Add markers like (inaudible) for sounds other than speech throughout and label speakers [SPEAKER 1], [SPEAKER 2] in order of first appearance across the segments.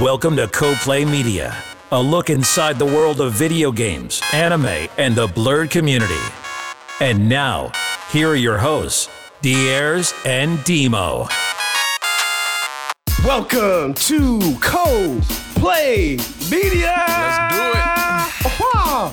[SPEAKER 1] Welcome to CoPlay Media, a look inside the world of video games, anime, and the blurred community. And now, here are your hosts, Diers and Demo.
[SPEAKER 2] Welcome to Co Play Media.
[SPEAKER 3] Let's do it.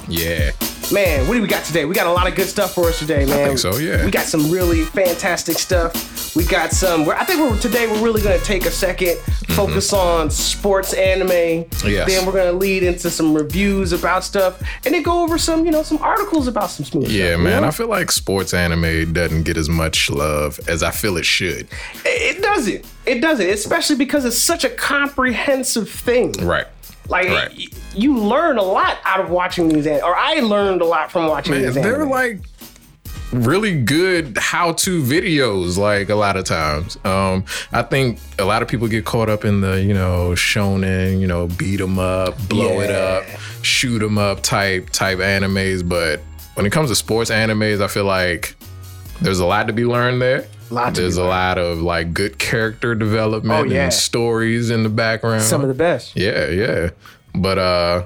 [SPEAKER 3] Yeah.
[SPEAKER 2] Man, what do we got today? We got a lot of good stuff for us today, man.
[SPEAKER 3] think so, yeah.
[SPEAKER 2] We got some really fantastic stuff. We got some. we're- I think we're today we're really gonna take a 2nd focus on sports anime.
[SPEAKER 3] Mm-hmm. Yes.
[SPEAKER 2] Then we're gonna lead into some reviews about stuff, and then go over some, you know, some articles about some smooth.
[SPEAKER 3] Yeah,
[SPEAKER 2] stuff,
[SPEAKER 3] man.
[SPEAKER 2] You know?
[SPEAKER 3] I feel like sports anime doesn't get as much love as I feel it should.
[SPEAKER 2] it it doesn't. It doesn't, especially because it's such a comprehensive thing.
[SPEAKER 3] Right.
[SPEAKER 2] Like
[SPEAKER 3] Right.
[SPEAKER 2] y- you learn a lot out of watching these, an- or I learned a lot from watching
[SPEAKER 3] Man,
[SPEAKER 2] these.
[SPEAKER 3] they're
[SPEAKER 2] anime.
[SPEAKER 3] like really good how-to videos like a lot of times um i think a lot of people get caught up in the you know shonen you know beat 'em up blow it up shoot 'em up type type animes but when it comes to sports animes i feel like there's a lot to be learned there
[SPEAKER 2] Lot to be
[SPEAKER 3] there's a lot of like good character development
[SPEAKER 2] Oh, yeah.
[SPEAKER 3] and stories in the background
[SPEAKER 2] some of the best.
[SPEAKER 3] Yeah, yeah. But uh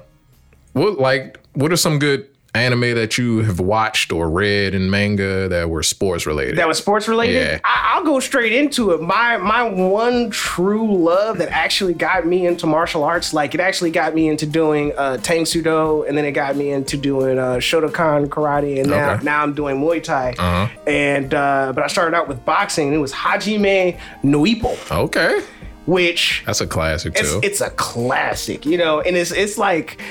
[SPEAKER 3] what like what are some good anime that you have watched or read in manga that were sports related?
[SPEAKER 2] That was sports related.
[SPEAKER 3] Yeah.
[SPEAKER 2] I, I'll go straight into it. My my one true love that actually got me into martial arts, like it actually got me into doing uh, Tang Sudo, and then it got me into doing uh, Shotokan karate, and now
[SPEAKER 3] Okay. Uh-huh.
[SPEAKER 2] now I'm doing Muay Thai. And uh, but I started out with boxing, and it was Hajime Noipo,
[SPEAKER 3] okay.
[SPEAKER 2] which
[SPEAKER 3] That's a classic
[SPEAKER 2] it's,
[SPEAKER 3] too.
[SPEAKER 2] it's a classic, you know, and it's it's like,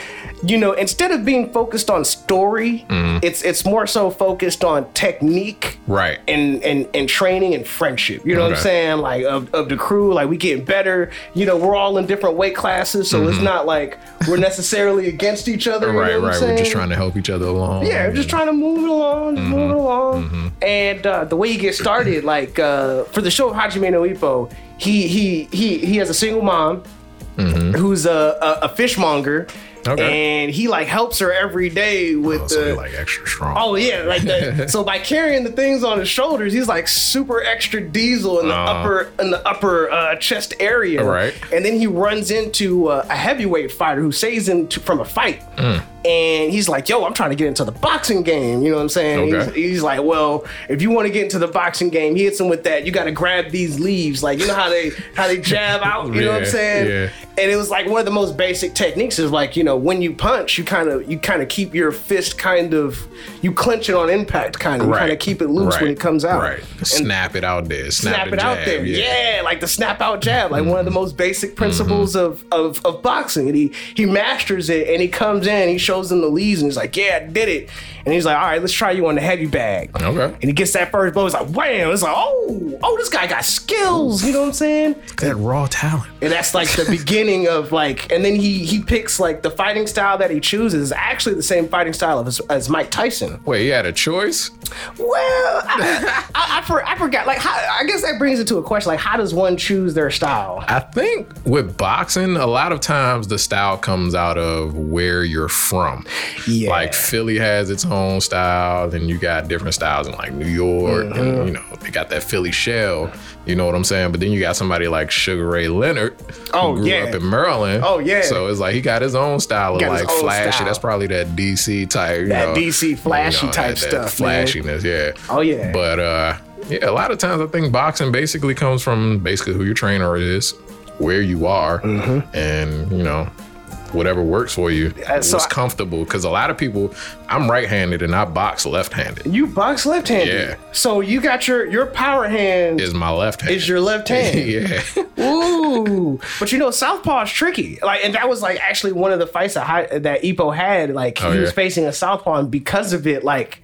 [SPEAKER 2] you know, instead of being focused on story, it's it's more so focused on technique,
[SPEAKER 3] Mm-hmm. Right.
[SPEAKER 2] and and and training and friendship. You know what I'm
[SPEAKER 3] Okay.
[SPEAKER 2] saying? Like of, of the crew, like we getting better. You know, we're all in different weight classes, so it's not like we're necessarily against each other. you know
[SPEAKER 3] Mm-hmm. right,
[SPEAKER 2] what I'm
[SPEAKER 3] right. We're just
[SPEAKER 2] saying?
[SPEAKER 3] trying to help each other along. Mm-hmm.
[SPEAKER 2] Yeah, I'm just trying to move it along, just move it along. And uh, the way he gets started, like uh, for the show Hajime no Ippo, he he he he has a single mom who's a, a, a fishmonger,
[SPEAKER 3] Mm-hmm. Okay.
[SPEAKER 2] and he like helps her every day with
[SPEAKER 3] Oh, so
[SPEAKER 2] the.
[SPEAKER 3] you're like extra strong.
[SPEAKER 2] Oh yeah, like
[SPEAKER 3] (laughs)
[SPEAKER 2] the, so by carrying the things on his shoulders, he's like super extra diesel in the
[SPEAKER 3] Uh-huh.
[SPEAKER 2] upper in the upper uh, chest area.
[SPEAKER 3] Right.
[SPEAKER 2] and then he runs into uh, a heavyweight fighter who saves him to, from a fight,
[SPEAKER 3] Mm.
[SPEAKER 2] and he's like, "Yo, I'm trying to get into the boxing game." You know what I'm saying?
[SPEAKER 3] Okay.
[SPEAKER 2] He's, he's like, "Well, if you want to get into the boxing game, he hits him with that. You got to grab these leaves, like you know how they how they jab out. You know what I'm
[SPEAKER 3] Yeah,
[SPEAKER 2] saying?
[SPEAKER 3] yeah.
[SPEAKER 2] and it was like one of the most basic techniques is like you know when you punch you kind of you kind of keep your fist kind of you clench it on impact kind of you
[SPEAKER 3] Right.
[SPEAKER 2] kind of keep it loose when
[SPEAKER 3] Right,
[SPEAKER 2] it comes out
[SPEAKER 3] Right.
[SPEAKER 2] and
[SPEAKER 3] Snap it out there. Snap,
[SPEAKER 2] snap
[SPEAKER 3] and
[SPEAKER 2] it out
[SPEAKER 3] jab,
[SPEAKER 2] there yeah. like the snap out jab like one of the most basic
[SPEAKER 3] Mm-hmm.
[SPEAKER 2] principles of, of of boxing and he he masters it and he comes in he shows them the leads and he's like yeah I did it and he's like all right let's try you on the heavy bag
[SPEAKER 3] Okay.
[SPEAKER 2] and he gets that first blow. It's like, wham! It's like, oh, oh, this guy got skills. You know what I'm saying?
[SPEAKER 3] that raw talent.
[SPEAKER 2] and that's like the beginning of like and then he he picks like the fighting style that he chooses is actually the same fighting style as, as mike tyson
[SPEAKER 3] Wait, you had a choice?
[SPEAKER 2] well i, (laughs) I, I, for, I forgot like how, i guess that brings it to a question like how does one choose their style
[SPEAKER 3] I think with boxing, a lot of times the style comes out of where you're from.
[SPEAKER 2] Yeah.
[SPEAKER 3] Like Philly has its own style, and you got different styles in like New York,
[SPEAKER 2] Mm-hmm.
[SPEAKER 3] and you know, they got that Philly shell. You know what I'm saying? But then you got somebody like Sugar Ray Leonard,
[SPEAKER 2] Oh,
[SPEAKER 3] who grew
[SPEAKER 2] yeah.
[SPEAKER 3] up in Maryland.
[SPEAKER 2] Oh, yeah.
[SPEAKER 3] So it's like he got his own style of
[SPEAKER 2] Got his
[SPEAKER 3] like
[SPEAKER 2] own
[SPEAKER 3] flashy.
[SPEAKER 2] style.
[SPEAKER 3] That's probably that DC type. You
[SPEAKER 2] That
[SPEAKER 3] know,
[SPEAKER 2] DC flashy type
[SPEAKER 3] that,
[SPEAKER 2] stuff,
[SPEAKER 3] That
[SPEAKER 2] man.
[SPEAKER 3] flashiness, yeah.
[SPEAKER 2] Oh, yeah.
[SPEAKER 3] But uh, yeah, a lot of times I think boxing basically comes from basically who your trainer is, where you are, and you know whatever works for you.
[SPEAKER 2] Mm-hmm. Uh, so
[SPEAKER 3] what's
[SPEAKER 2] I-
[SPEAKER 3] comfortable? Because a lot of people, I'm right-handed and I box left-handed.
[SPEAKER 2] you box left-handed
[SPEAKER 3] Yeah.
[SPEAKER 2] so you got your your power hand
[SPEAKER 3] Is my left
[SPEAKER 2] (laughs)
[SPEAKER 3] hand?
[SPEAKER 2] is
[SPEAKER 3] (laughs)
[SPEAKER 2] your left hand
[SPEAKER 3] yeah.
[SPEAKER 2] Ooh, but you know, Southpaw is tricky. Like, and that was like actually one of the fights that Hi- that Ipo had. Like,
[SPEAKER 3] Oh,
[SPEAKER 2] he was
[SPEAKER 3] yeah.
[SPEAKER 2] facing a Southpaw, and because of it, like,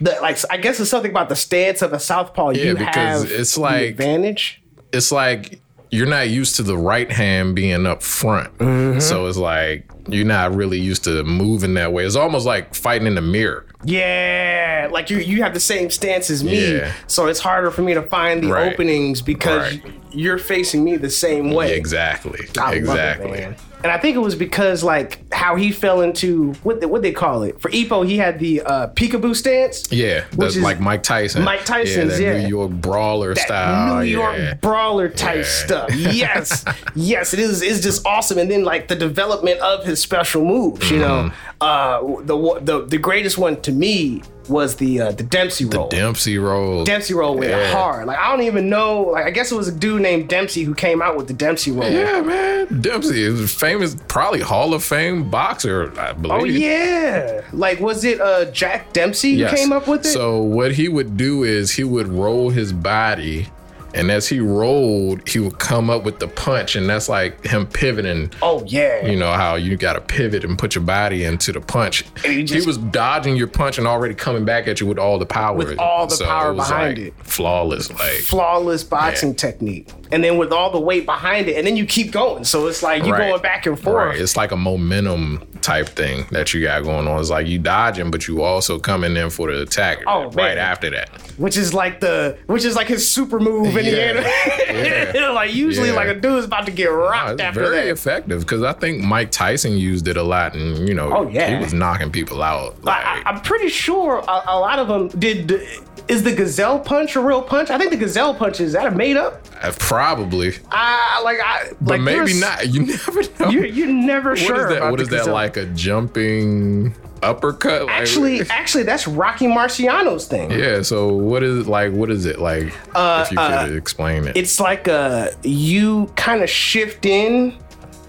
[SPEAKER 2] the like, I guess it's something about the stance of a Southpaw.
[SPEAKER 3] Yeah,
[SPEAKER 2] you
[SPEAKER 3] because
[SPEAKER 2] have
[SPEAKER 3] it's
[SPEAKER 2] the
[SPEAKER 3] like-
[SPEAKER 2] advantage.
[SPEAKER 3] it's like you're not used to the right hand being up front.
[SPEAKER 2] Mm-hmm.
[SPEAKER 3] So it's like you're not really used to moving that way. It's almost like fighting in the mirror.
[SPEAKER 2] Yeah, like you you have the same stance as me,
[SPEAKER 3] Yeah.
[SPEAKER 2] so it's harder for me to find the
[SPEAKER 3] Right.
[SPEAKER 2] openings because
[SPEAKER 3] Right.
[SPEAKER 2] you're facing me the same way.
[SPEAKER 3] Exactly.
[SPEAKER 2] I love it,
[SPEAKER 3] exactly.
[SPEAKER 2] man. And I think it was because like how he fell into what the, what they call it for Epo. He had the uh, peekaboo stance.
[SPEAKER 3] Yeah,
[SPEAKER 2] Which
[SPEAKER 3] that's
[SPEAKER 2] is
[SPEAKER 3] like Mike Tyson.
[SPEAKER 2] Mike Tyson's,
[SPEAKER 3] yeah, that
[SPEAKER 2] yeah.
[SPEAKER 3] New York brawler
[SPEAKER 2] that
[SPEAKER 3] style.
[SPEAKER 2] New York
[SPEAKER 3] yeah.
[SPEAKER 2] brawler type
[SPEAKER 3] Yeah. (laughs)
[SPEAKER 2] stuff. Yes, yes, it is. It's just awesome. And then like the development of his special moves. You
[SPEAKER 3] Mm-hmm.
[SPEAKER 2] know, uh, the wa- the the greatest one to me was the uh, the Dempsey roll.
[SPEAKER 3] Dempsey roll.
[SPEAKER 2] Dempsey roll went
[SPEAKER 3] Yeah.
[SPEAKER 2] hard. Like I don't even know. Like I guess it was a dude named Dempsey who came out with the Dempsey roll.
[SPEAKER 3] Yeah, man. Dempsey is a famous, probably Hall of Fame boxer, I believe.
[SPEAKER 2] Oh yeah. Like was it uh Jack Dempsey who
[SPEAKER 3] Yes.
[SPEAKER 2] came up with it?
[SPEAKER 3] So what he would do is he would roll his body, and as he rolled, he would come up with the punch, and that's like him pivoting.
[SPEAKER 2] oh yeah.
[SPEAKER 3] You know how you got to pivot and put your body into the punch.
[SPEAKER 2] he
[SPEAKER 3] he,
[SPEAKER 2] just-
[SPEAKER 3] was dodging your punch and already coming back at you with all the power.
[SPEAKER 2] With all the power
[SPEAKER 3] was,
[SPEAKER 2] behind
[SPEAKER 3] like,
[SPEAKER 2] it.
[SPEAKER 3] Flawless, like
[SPEAKER 2] flawless boxing technique. And then with all the weight behind it, and then you keep going. So it's like you're
[SPEAKER 3] Right.
[SPEAKER 2] going back and forth.
[SPEAKER 3] Right. It's like a momentum type thing that you got going on. It's like you dodging, but you also coming in for the attack
[SPEAKER 2] Oh,
[SPEAKER 3] right
[SPEAKER 2] man.
[SPEAKER 3] after that.
[SPEAKER 2] which is like the which is like his super move in (laughs)
[SPEAKER 3] Yeah.
[SPEAKER 2] the anime. like usually
[SPEAKER 3] Yeah.
[SPEAKER 2] like a dude's about to get
[SPEAKER 3] Oh,
[SPEAKER 2] rocked
[SPEAKER 3] it's
[SPEAKER 2] after
[SPEAKER 3] very
[SPEAKER 2] that.
[SPEAKER 3] effective because I think Mike Tyson used it a lot, and you know,
[SPEAKER 2] Oh, yeah.
[SPEAKER 3] he was knocking people out.
[SPEAKER 2] Like, I, I'm pretty sure a, a lot of them did. Is the gazelle punch a real punch? I think the gazelle punch is that a made up.
[SPEAKER 3] Uh, probably,
[SPEAKER 2] I like I
[SPEAKER 3] but
[SPEAKER 2] like
[SPEAKER 3] maybe
[SPEAKER 2] there's-
[SPEAKER 3] not. (laughs) You never
[SPEAKER 2] (laughs)
[SPEAKER 3] know.
[SPEAKER 2] You're, you're never
[SPEAKER 3] What is
[SPEAKER 2] sure.
[SPEAKER 3] that?
[SPEAKER 2] about
[SPEAKER 3] What
[SPEAKER 2] the
[SPEAKER 3] is that
[SPEAKER 2] gazelle.
[SPEAKER 3] like a jumping uppercut? Like-
[SPEAKER 2] Actually, actually, that's Rocky Marciano's thing.
[SPEAKER 3] yeah. So what is like? What is it like? if you could explain it,
[SPEAKER 2] Uh, it's like uh you kind of shift in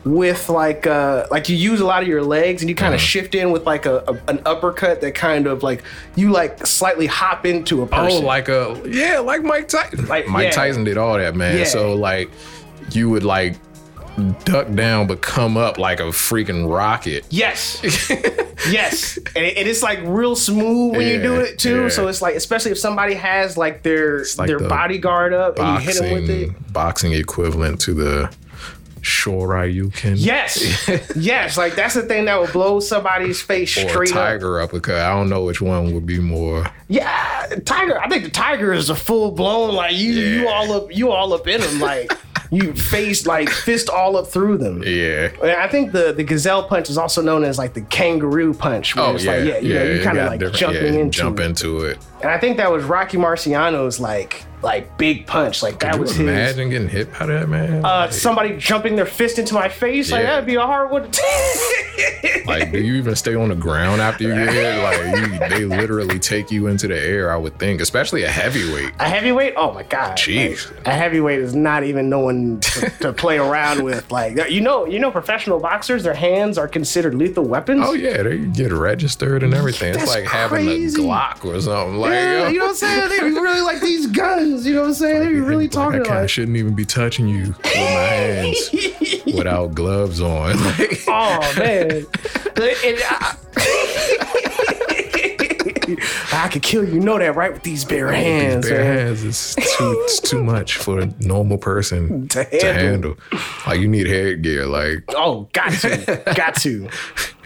[SPEAKER 2] with like uh like you use a lot of your legs and you
[SPEAKER 3] Uh-huh.
[SPEAKER 2] kind of shift in with like a, a- an uppercut that kind of like you like slightly hop into a
[SPEAKER 3] Oh,
[SPEAKER 2] person.
[SPEAKER 3] like a yeah, like Mike Tyson.
[SPEAKER 2] Like,
[SPEAKER 3] Mike
[SPEAKER 2] yeah.
[SPEAKER 3] Tyson did all that, man.
[SPEAKER 2] Yeah.
[SPEAKER 3] So like, you would like duck down, but come up like a freaking rocket. (laughs)
[SPEAKER 2] yes. yes. And, it, and it's like real smooth when you
[SPEAKER 3] Yeah,
[SPEAKER 2] do it too.
[SPEAKER 3] yeah.
[SPEAKER 2] So it's like especially if somebody has like their
[SPEAKER 3] like
[SPEAKER 2] their
[SPEAKER 3] the
[SPEAKER 2] bodyguard up and you hit them with it.
[SPEAKER 3] boxing equivalent to the Shore you can
[SPEAKER 2] Yes.
[SPEAKER 3] (laughs)
[SPEAKER 2] yes, like that's the thing that would blow somebody's face
[SPEAKER 3] or
[SPEAKER 2] straight up.
[SPEAKER 3] Tiger uppercut. I don't know which one would be more.
[SPEAKER 2] Yeah, Tiger. I think the Tiger is a full blown like you. You
[SPEAKER 3] Yeah.
[SPEAKER 2] all up. You all up in them
[SPEAKER 3] (laughs)
[SPEAKER 2] like you face like fist all up through them.
[SPEAKER 3] Yeah.
[SPEAKER 2] And I think the the gazelle punch is also known as like the kangaroo punch. Where
[SPEAKER 3] Oh
[SPEAKER 2] it's
[SPEAKER 3] yeah,
[SPEAKER 2] like,
[SPEAKER 3] yeah,
[SPEAKER 2] you know, you kind of
[SPEAKER 3] got
[SPEAKER 2] like
[SPEAKER 3] different-
[SPEAKER 2] jumping
[SPEAKER 3] yeah,
[SPEAKER 2] into.
[SPEAKER 3] jump
[SPEAKER 2] it.
[SPEAKER 3] into it.
[SPEAKER 2] And I think that was Rocky Marciano's like like big punch. Like that
[SPEAKER 3] Could
[SPEAKER 2] was
[SPEAKER 3] you
[SPEAKER 2] his.
[SPEAKER 3] imagine getting hit by that man?
[SPEAKER 2] Uh, somebody jumping their fist into my face like
[SPEAKER 3] Yeah.
[SPEAKER 2] that'd be a hard one. to take.
[SPEAKER 3] Like, do you even stay on the ground after you get hit? Like, you, they literally take you into the air. I would think, especially a heavyweight.
[SPEAKER 2] (laughs) A heavyweight? Oh my god!
[SPEAKER 3] Jeez.
[SPEAKER 2] Like, a heavyweight is not even no one
[SPEAKER 3] (laughs)
[SPEAKER 2] to, to play around with. Like uh, you know, you know, professional boxers, their hands are considered lethal weapons.
[SPEAKER 3] Oh yeah, they get registered and everything.
[SPEAKER 2] That's
[SPEAKER 3] it's like having a
[SPEAKER 2] crazy.
[SPEAKER 3] Glock or something. Like,
[SPEAKER 2] Yeah,
[SPEAKER 3] yo,
[SPEAKER 2] you know what I'm saying?
[SPEAKER 3] (laughs)
[SPEAKER 2] They be really like these guns. You know what I'm saying? They be really
[SPEAKER 3] like,
[SPEAKER 2] talking
[SPEAKER 3] I kinda
[SPEAKER 2] like.
[SPEAKER 3] shouldn't even be touching you with
[SPEAKER 2] (laughs)
[SPEAKER 3] my hands without gloves on. (laughs) Like,
[SPEAKER 2] Oh man! And I, I could kill you. You know that, right? With these bare hands.
[SPEAKER 3] These bare
[SPEAKER 2] man.
[SPEAKER 3] hands is too it's too much for a normal person
[SPEAKER 2] (laughs) To
[SPEAKER 3] to,
[SPEAKER 2] handle.
[SPEAKER 3] handle. Like you need headgear. Like
[SPEAKER 2] Oh, got to, got to.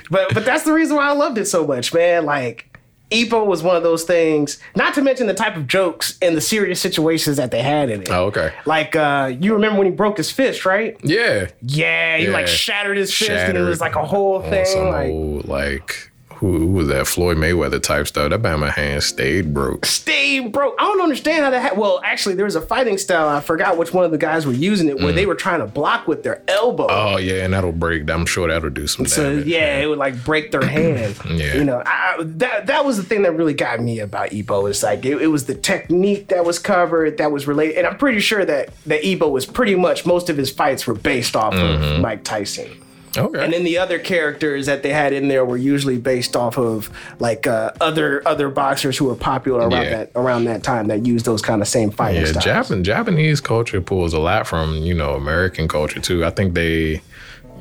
[SPEAKER 2] But but that's the reason why I loved it so much, man. Like Epo was one of those things. Not to mention the type of jokes and the serious situations that they had in it.
[SPEAKER 3] oh, okay,
[SPEAKER 2] Like uh, you remember when he broke his fist, right?
[SPEAKER 3] yeah.
[SPEAKER 2] Yeah, he like
[SPEAKER 3] Yeah.
[SPEAKER 2] shattered his fist, and it
[SPEAKER 3] Shattered
[SPEAKER 2] was like a whole
[SPEAKER 3] on
[SPEAKER 2] thing.
[SPEAKER 3] Some
[SPEAKER 2] Like
[SPEAKER 3] old like who, who was that Floyd Mayweather type stuff? That Bama hand stayed broke.
[SPEAKER 2] stay broke. I don't understand how that. Ha- well, actually, there was a fighting style. I forgot which one of the guys were using it, where they were trying to block with their elbow.
[SPEAKER 3] Oh yeah, and that'll break. I'm sure that'll do some damage.
[SPEAKER 2] So yeah, it would like break their hand.
[SPEAKER 3] Yeah.
[SPEAKER 2] You know, I, that that was the thing that really got me about Ebo. It's like it, it was the technique that was covered, that was related, and I'm pretty sure that that Ebo was pretty much most of his fights were based off of Mike Tyson.
[SPEAKER 3] Okay.
[SPEAKER 2] And then the other characters that they had in there were usually based off of like uh, other other boxers who were popular around
[SPEAKER 3] Yeah.
[SPEAKER 2] that around that time that used those kind of same fighting
[SPEAKER 3] yeah,
[SPEAKER 2] styles.
[SPEAKER 3] Japan, Japanese culture pulls a lot from you know American culture too. I think they,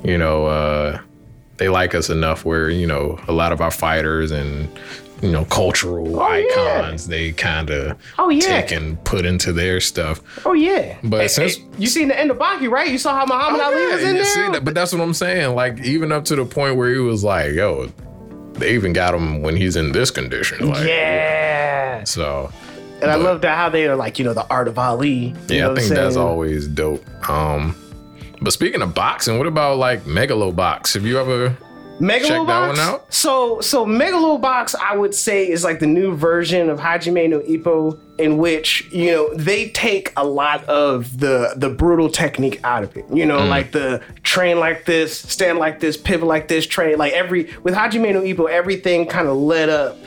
[SPEAKER 3] you know, uh, they like us enough where you know a lot of our fighters and you know cultural
[SPEAKER 2] Oh, yeah.
[SPEAKER 3] icons they kind of
[SPEAKER 2] Oh, yeah.
[SPEAKER 3] take and put into their stuff.
[SPEAKER 2] Oh yeah.
[SPEAKER 3] But
[SPEAKER 2] Hey,
[SPEAKER 3] since-
[SPEAKER 2] hey, you seen the end of Baki, right? You saw how Muhammad Ali was in
[SPEAKER 3] you
[SPEAKER 2] there.
[SPEAKER 3] see that- but that's what I'm saying. Like even up to the point where he was like, "Yo, they even got him when he's in this condition." Like,
[SPEAKER 2] yeah.
[SPEAKER 3] So
[SPEAKER 2] And I love that how they are like, you know, the art of Ali. you know
[SPEAKER 3] yeah, I
[SPEAKER 2] what I'm
[SPEAKER 3] think that's
[SPEAKER 2] saying?
[SPEAKER 3] always dope. Um, but speaking of boxing, what about like Megalobox? Have you ever?
[SPEAKER 2] Megalobox.
[SPEAKER 3] Check that one out.
[SPEAKER 2] So so Megalobox, I would say, is like the new version of Hajime no Ippo, in which you know they take a lot of the the brutal technique out of it. You know,
[SPEAKER 3] Mm.
[SPEAKER 2] like the train like this, stand like this, pivot like this, train like every with Hajime no Ippo, everything kind of led up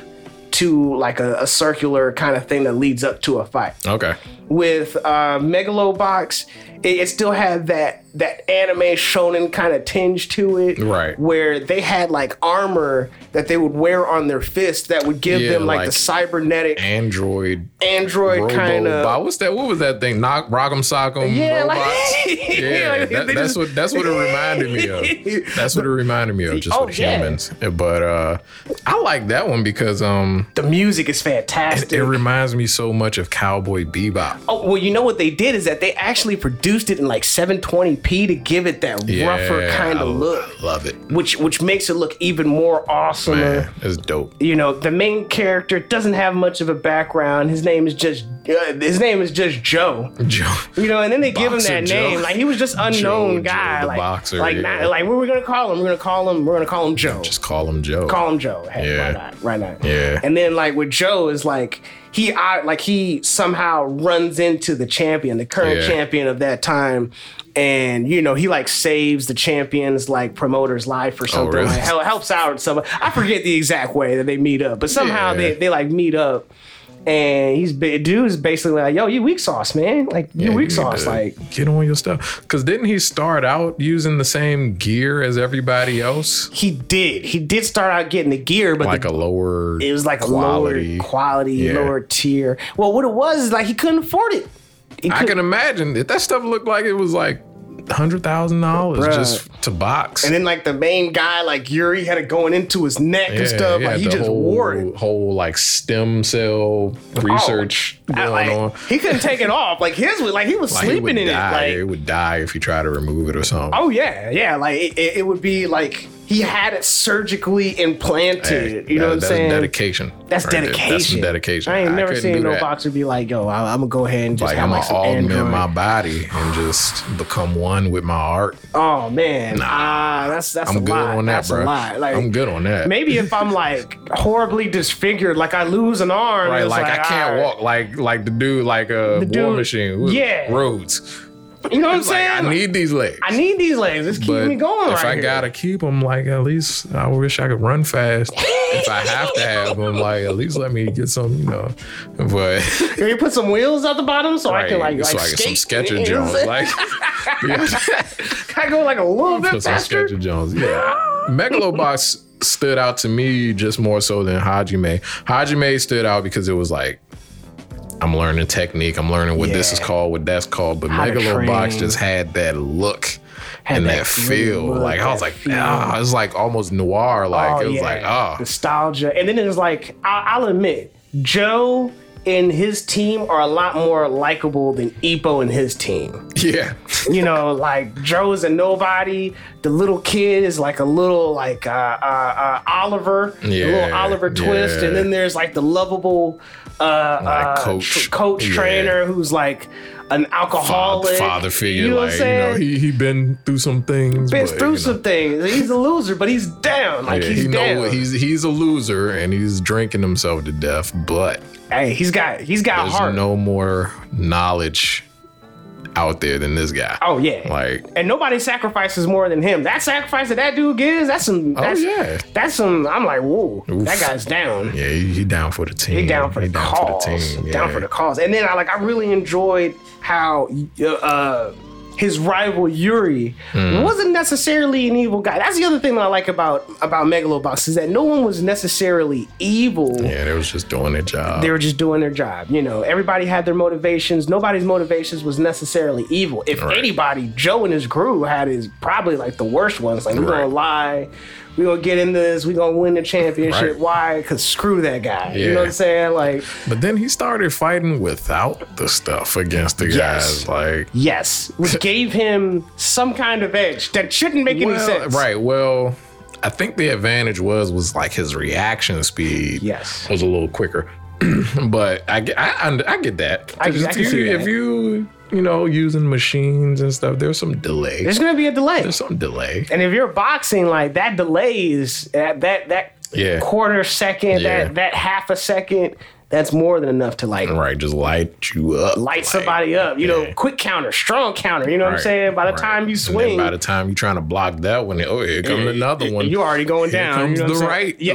[SPEAKER 2] to like a, a circular kind of thing that leads up to a fight
[SPEAKER 3] Okay,
[SPEAKER 2] with uh, Megalobox, it, it still had that that anime shonen kind of tinge to it,
[SPEAKER 3] Right.
[SPEAKER 2] Where they had like armor that they would wear on their fist that would give
[SPEAKER 3] Yeah,
[SPEAKER 2] them like,
[SPEAKER 3] like-
[SPEAKER 2] the cybernetic
[SPEAKER 3] Android.
[SPEAKER 2] android kind
[SPEAKER 3] Robo,
[SPEAKER 2] of.
[SPEAKER 3] what's that? What was that thing? Knock, rock'em, sock'em.
[SPEAKER 2] Yeah, like- (laughs)
[SPEAKER 3] robots? yeah.
[SPEAKER 2] like,
[SPEAKER 3] that-
[SPEAKER 2] they
[SPEAKER 3] that's
[SPEAKER 2] just-
[SPEAKER 3] what that's what it reminded me
[SPEAKER 2] (laughs)
[SPEAKER 3] of. That's what it reminded me of, just
[SPEAKER 2] Oh,
[SPEAKER 3] with
[SPEAKER 2] yeah.
[SPEAKER 3] humans. But uh, I like that one because um,
[SPEAKER 2] The music is
[SPEAKER 3] it,
[SPEAKER 2] fantastic.
[SPEAKER 3] it reminds me so much of Cowboy Bebop.
[SPEAKER 2] oh, well, you know what they did is that they actually produced it in like 720p to give it that rougher
[SPEAKER 3] Yeah,
[SPEAKER 2] kind
[SPEAKER 3] I
[SPEAKER 2] of look, Mm-hmm.
[SPEAKER 3] Love it,
[SPEAKER 2] which which makes it look even more awesome.
[SPEAKER 3] man. It's dope.
[SPEAKER 2] you know the main character doesn't have much of a background his name is just uh, his name is just joe
[SPEAKER 3] Joe.
[SPEAKER 2] you know and then they give him
[SPEAKER 3] Boxer
[SPEAKER 2] that
[SPEAKER 3] Joe.
[SPEAKER 2] name like he was just unknown
[SPEAKER 3] Joe,
[SPEAKER 2] guy
[SPEAKER 3] the
[SPEAKER 2] like
[SPEAKER 3] boxer,
[SPEAKER 2] like
[SPEAKER 3] yeah.
[SPEAKER 2] not, like what are we gonna call him we're gonna call him we're gonna call him joe
[SPEAKER 3] Just call him Joe.
[SPEAKER 2] call him joe hey,
[SPEAKER 3] Yeah.
[SPEAKER 2] why not why not
[SPEAKER 3] Yeah.
[SPEAKER 2] and then like with joe is like he I, like he somehow runs into the champion the current
[SPEAKER 3] Yeah.
[SPEAKER 2] champion of that time and you know he like saves the champion's like promoter's life or something
[SPEAKER 3] Oh, really?
[SPEAKER 2] like hel- helps out someone i forget the exact way that they meet up but somehow
[SPEAKER 3] Yeah.
[SPEAKER 2] they, they like meet up and he's ba- dude is basically like yo you weak sauce man like you
[SPEAKER 3] Yeah,
[SPEAKER 2] weak
[SPEAKER 3] you need
[SPEAKER 2] sauce
[SPEAKER 3] to
[SPEAKER 2] like
[SPEAKER 3] get on your stuff. Because didn't he start out using the same gear as everybody else,
[SPEAKER 2] he did he did start out getting the gear but the
[SPEAKER 3] like a lower?
[SPEAKER 2] it was like a lower quality,
[SPEAKER 3] Yeah.
[SPEAKER 2] lower tier. Well, what it was is like he couldn't afford it. He
[SPEAKER 3] I
[SPEAKER 2] couldn't-
[SPEAKER 3] can imagine if that stuff looked like it was like hundred thousand dollars
[SPEAKER 2] Bruh.
[SPEAKER 3] just to box.
[SPEAKER 2] and then like the main guy, like Yuri, had it going into his neck
[SPEAKER 3] Yeah,
[SPEAKER 2] and stuff.
[SPEAKER 3] yeah,
[SPEAKER 2] like he
[SPEAKER 3] the
[SPEAKER 2] just
[SPEAKER 3] whole,
[SPEAKER 2] wore it.
[SPEAKER 3] Whole like stem cell research
[SPEAKER 2] Oh, I,
[SPEAKER 3] going
[SPEAKER 2] like,
[SPEAKER 3] on.
[SPEAKER 2] He couldn't take it off. Like his was like he was
[SPEAKER 3] Like,
[SPEAKER 2] sleeping
[SPEAKER 3] would
[SPEAKER 2] in
[SPEAKER 3] die.
[SPEAKER 2] it. Like
[SPEAKER 3] would die if you try to remove it or something.
[SPEAKER 2] oh yeah, yeah. Like it, it, it would be like he had it surgically implanted.
[SPEAKER 3] Hey,
[SPEAKER 2] you know
[SPEAKER 3] that-
[SPEAKER 2] what I'm
[SPEAKER 3] that's
[SPEAKER 2] saying?
[SPEAKER 3] dedication.
[SPEAKER 2] That's
[SPEAKER 3] right there.
[SPEAKER 2] dedication.
[SPEAKER 3] That's some dedication.
[SPEAKER 2] I ain't never
[SPEAKER 3] couldn't
[SPEAKER 2] seen
[SPEAKER 3] do
[SPEAKER 2] no
[SPEAKER 3] that.
[SPEAKER 2] boxer be like, yo, I, I'm gonna go ahead and just
[SPEAKER 3] Like
[SPEAKER 2] have
[SPEAKER 3] I'm
[SPEAKER 2] like
[SPEAKER 3] gonna
[SPEAKER 2] some
[SPEAKER 3] augment
[SPEAKER 2] android.
[SPEAKER 3] my body and just become one with my art.
[SPEAKER 2] Oh man, ah, that's that's a
[SPEAKER 3] I'm good
[SPEAKER 2] lot.
[SPEAKER 3] on that,
[SPEAKER 2] that's
[SPEAKER 3] bro.
[SPEAKER 2] a lot. Like
[SPEAKER 3] I'm good on that.
[SPEAKER 2] Maybe if I'm like horribly disfigured, like I lose an arm,
[SPEAKER 3] Right,
[SPEAKER 2] it's
[SPEAKER 3] like, I can't
[SPEAKER 2] alright.
[SPEAKER 3] walk like like the dude like a
[SPEAKER 2] The
[SPEAKER 3] war
[SPEAKER 2] dude-
[SPEAKER 3] machine. with
[SPEAKER 2] yeah.
[SPEAKER 3] roads.
[SPEAKER 2] You know what I'm
[SPEAKER 3] Like
[SPEAKER 2] saying?
[SPEAKER 3] I need these legs.
[SPEAKER 2] I need these legs. It's keeping
[SPEAKER 3] But
[SPEAKER 2] me going.
[SPEAKER 3] if
[SPEAKER 2] right
[SPEAKER 3] I
[SPEAKER 2] here.
[SPEAKER 3] gotta keep them, like at least I wish I could run fast. if I have to have them, like at least let me get some, you know. But
[SPEAKER 2] Can you put some wheels at the bottom so (laughs)
[SPEAKER 3] (laughs)
[SPEAKER 2] I can like
[SPEAKER 3] so
[SPEAKER 2] like
[SPEAKER 3] I get some
[SPEAKER 2] skate? You know
[SPEAKER 3] Sketcher
[SPEAKER 2] what I'm (laughs) saying?
[SPEAKER 3] Jones, like yeah.
[SPEAKER 2] Can I go like a little bit
[SPEAKER 3] Put some
[SPEAKER 2] faster?
[SPEAKER 3] Sketcher
[SPEAKER 2] (gasps)
[SPEAKER 3] Jones. Yeah. Megalobox stood out to me just more so than Hajime. Hajime stood out because it was like, I'm learning technique. I'm learning what this is
[SPEAKER 2] Yeah.
[SPEAKER 3] called, what that's called. But
[SPEAKER 2] How to
[SPEAKER 3] Megalobox
[SPEAKER 2] train.
[SPEAKER 3] just had that look and
[SPEAKER 2] that
[SPEAKER 3] that, feel.
[SPEAKER 2] look,
[SPEAKER 3] like I was
[SPEAKER 2] that Oh,
[SPEAKER 3] like, ah, it was like almost noir. Like it was like, ah,
[SPEAKER 2] nostalgia. And then it was like, I- I'll admit, Joe and his team are a lot more likable than Ipo and his team.
[SPEAKER 3] yeah,
[SPEAKER 2] You know, like Joe's a nobody. The little kid is like a little like uh, uh, uh, Oliver, a little
[SPEAKER 3] Yeah,
[SPEAKER 2] Oliver Twist, and
[SPEAKER 3] yeah.
[SPEAKER 2] then there's like the lovable uh,
[SPEAKER 3] Like
[SPEAKER 2] uh,
[SPEAKER 3] coach.
[SPEAKER 2] tr- coach
[SPEAKER 3] Yeah.
[SPEAKER 2] trainer who's like an
[SPEAKER 3] father,
[SPEAKER 2] alcoholic,
[SPEAKER 3] father figure. like you
[SPEAKER 2] saying?
[SPEAKER 3] know, he he been through some things.
[SPEAKER 2] Been
[SPEAKER 3] but,
[SPEAKER 2] through
[SPEAKER 3] you know.
[SPEAKER 2] some things. He's a loser, but he's down. Like
[SPEAKER 3] Yeah,
[SPEAKER 2] he's
[SPEAKER 3] he
[SPEAKER 2] down.
[SPEAKER 3] know what- he's he's a loser and he's drinking himself to death. But
[SPEAKER 2] hey, he's got he's got
[SPEAKER 3] there's
[SPEAKER 2] heart.
[SPEAKER 3] no more knowledge out there than this guy.
[SPEAKER 2] Oh yeah.
[SPEAKER 3] Like
[SPEAKER 2] and nobody sacrifices more than him. That sacrifice that that dude gives, that's some. That's,
[SPEAKER 3] Oh, yeah.
[SPEAKER 2] That's some. I'm like, whoa,
[SPEAKER 3] Oof.
[SPEAKER 2] that guy's down.
[SPEAKER 3] yeah, he, he down for the team.
[SPEAKER 2] He down for the
[SPEAKER 3] He
[SPEAKER 2] cause.
[SPEAKER 3] team,
[SPEAKER 2] Down
[SPEAKER 3] yeah.
[SPEAKER 2] for the cause. And then I like, I really enjoyed how uh, uh, his rival Yuri
[SPEAKER 3] Hmm.
[SPEAKER 2] wasn't necessarily an evil guy. That's the other thing that I like about about Megalobox is that no one was necessarily evil.
[SPEAKER 3] Yeah, they was just doing their job.
[SPEAKER 2] They were just doing their job. You know, everybody had their motivations. Nobody's motivations was necessarily evil. If
[SPEAKER 3] Right.
[SPEAKER 2] anybody, Joe and his crew had his probably like the worst ones. Like we're
[SPEAKER 3] Right.
[SPEAKER 2] gonna lie, we gonna get in this, we gonna win the championship.
[SPEAKER 3] Right.
[SPEAKER 2] Why? Because screw that guy. You
[SPEAKER 3] Yeah.
[SPEAKER 2] know what I'm saying? Like
[SPEAKER 3] But then he started fighting without the stuff against the
[SPEAKER 2] Yes.
[SPEAKER 3] guys. Like,
[SPEAKER 2] yes,
[SPEAKER 3] (laughs)
[SPEAKER 2] which gave him some kind of edge that shouldn't make any
[SPEAKER 3] well,
[SPEAKER 2] sense.
[SPEAKER 3] right. Well, I think the advantage was was like his reaction speed.
[SPEAKER 2] Yes.
[SPEAKER 3] was a little quicker. (clears throat) but I, get- I, und- I get that.
[SPEAKER 2] I can- I
[SPEAKER 3] if,
[SPEAKER 2] can
[SPEAKER 3] you,
[SPEAKER 2] see that.
[SPEAKER 3] if you you know using machines and stuff, there's some delay.
[SPEAKER 2] There's gonna be a delay.
[SPEAKER 3] There's some delay.
[SPEAKER 2] And if you're boxing, like that delays that that that
[SPEAKER 3] Yeah.
[SPEAKER 2] quarter second,
[SPEAKER 3] Yeah.
[SPEAKER 2] that that half a second, that's more than enough to like
[SPEAKER 3] Right, just light you up.
[SPEAKER 2] light
[SPEAKER 3] like-
[SPEAKER 2] somebody up. You
[SPEAKER 3] yeah.
[SPEAKER 2] know, quick counter, strong counter. You know what I'm
[SPEAKER 3] Right,
[SPEAKER 2] saying? By the
[SPEAKER 3] right.
[SPEAKER 2] time you
[SPEAKER 3] And then
[SPEAKER 2] swing,
[SPEAKER 3] by the time you're trying to block that one, oh, here comes another one.
[SPEAKER 2] you already going
[SPEAKER 3] Here
[SPEAKER 2] down.
[SPEAKER 3] comes
[SPEAKER 2] you know what
[SPEAKER 3] the
[SPEAKER 2] I'm saying?
[SPEAKER 3] right.
[SPEAKER 2] Yeah.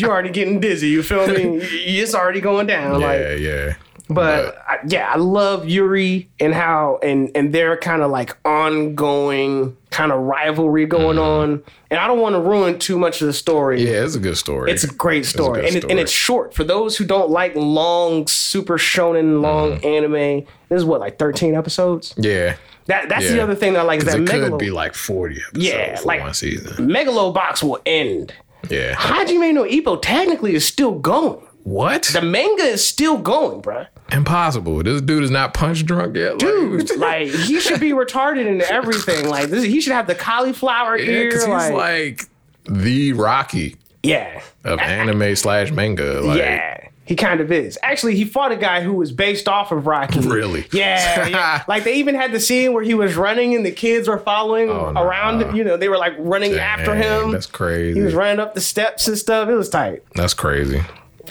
[SPEAKER 2] (laughs) You're already getting dizzy. You feel
[SPEAKER 3] (laughs)
[SPEAKER 2] me? Y- It's already going down. Like,
[SPEAKER 3] yeah, yeah.
[SPEAKER 2] but I, yeah, I love Yuri and how and and their kind of like ongoing kind of rivalry going on. And I don't want to ruin too much of the story.
[SPEAKER 3] Mm-hmm. Yeah, it's a good story.
[SPEAKER 2] It's a great story,
[SPEAKER 3] good
[SPEAKER 2] and, It, and
[SPEAKER 3] story.
[SPEAKER 2] it's short. For those who don't like long, super
[SPEAKER 3] Mm-hmm.
[SPEAKER 2] shonen, long anime, this is what like thirteen episodes.
[SPEAKER 3] yeah.
[SPEAKER 2] That that's the
[SPEAKER 3] Yeah.
[SPEAKER 2] other thing that I like is that
[SPEAKER 3] Because it
[SPEAKER 2] Megalo,
[SPEAKER 3] could be like 40 episodes
[SPEAKER 2] Yeah,
[SPEAKER 3] for
[SPEAKER 2] like-
[SPEAKER 3] one season.
[SPEAKER 2] Megalobox will end.
[SPEAKER 3] Yeah.
[SPEAKER 2] Hajime no Ippo technically is still going.
[SPEAKER 3] What?
[SPEAKER 2] The manga is still going, bruh.
[SPEAKER 3] Impossible. This dude is not punch drunk yet. Dude.
[SPEAKER 2] (laughs)
[SPEAKER 3] Like,
[SPEAKER 2] Like he should be retarded in everything. Like this, he should have the cauliflower
[SPEAKER 3] yeah,
[SPEAKER 2] ear.
[SPEAKER 3] because he's
[SPEAKER 2] like,
[SPEAKER 3] like the Rocky
[SPEAKER 2] yeah, (laughs)
[SPEAKER 3] of anime slash manga. Like,
[SPEAKER 2] yeah. He kind of is. Actually, he fought a guy who was based off of Rocky.
[SPEAKER 3] Really?
[SPEAKER 2] Yeah.
[SPEAKER 3] (laughs)
[SPEAKER 2] yeah. like they even had the scene where he was running and the kids were following
[SPEAKER 3] Oh, nah.
[SPEAKER 2] around. You know, they were like running
[SPEAKER 3] dang,
[SPEAKER 2] after him.
[SPEAKER 3] That's crazy.
[SPEAKER 2] He was running up the steps and stuff. It was tight.
[SPEAKER 3] That's crazy.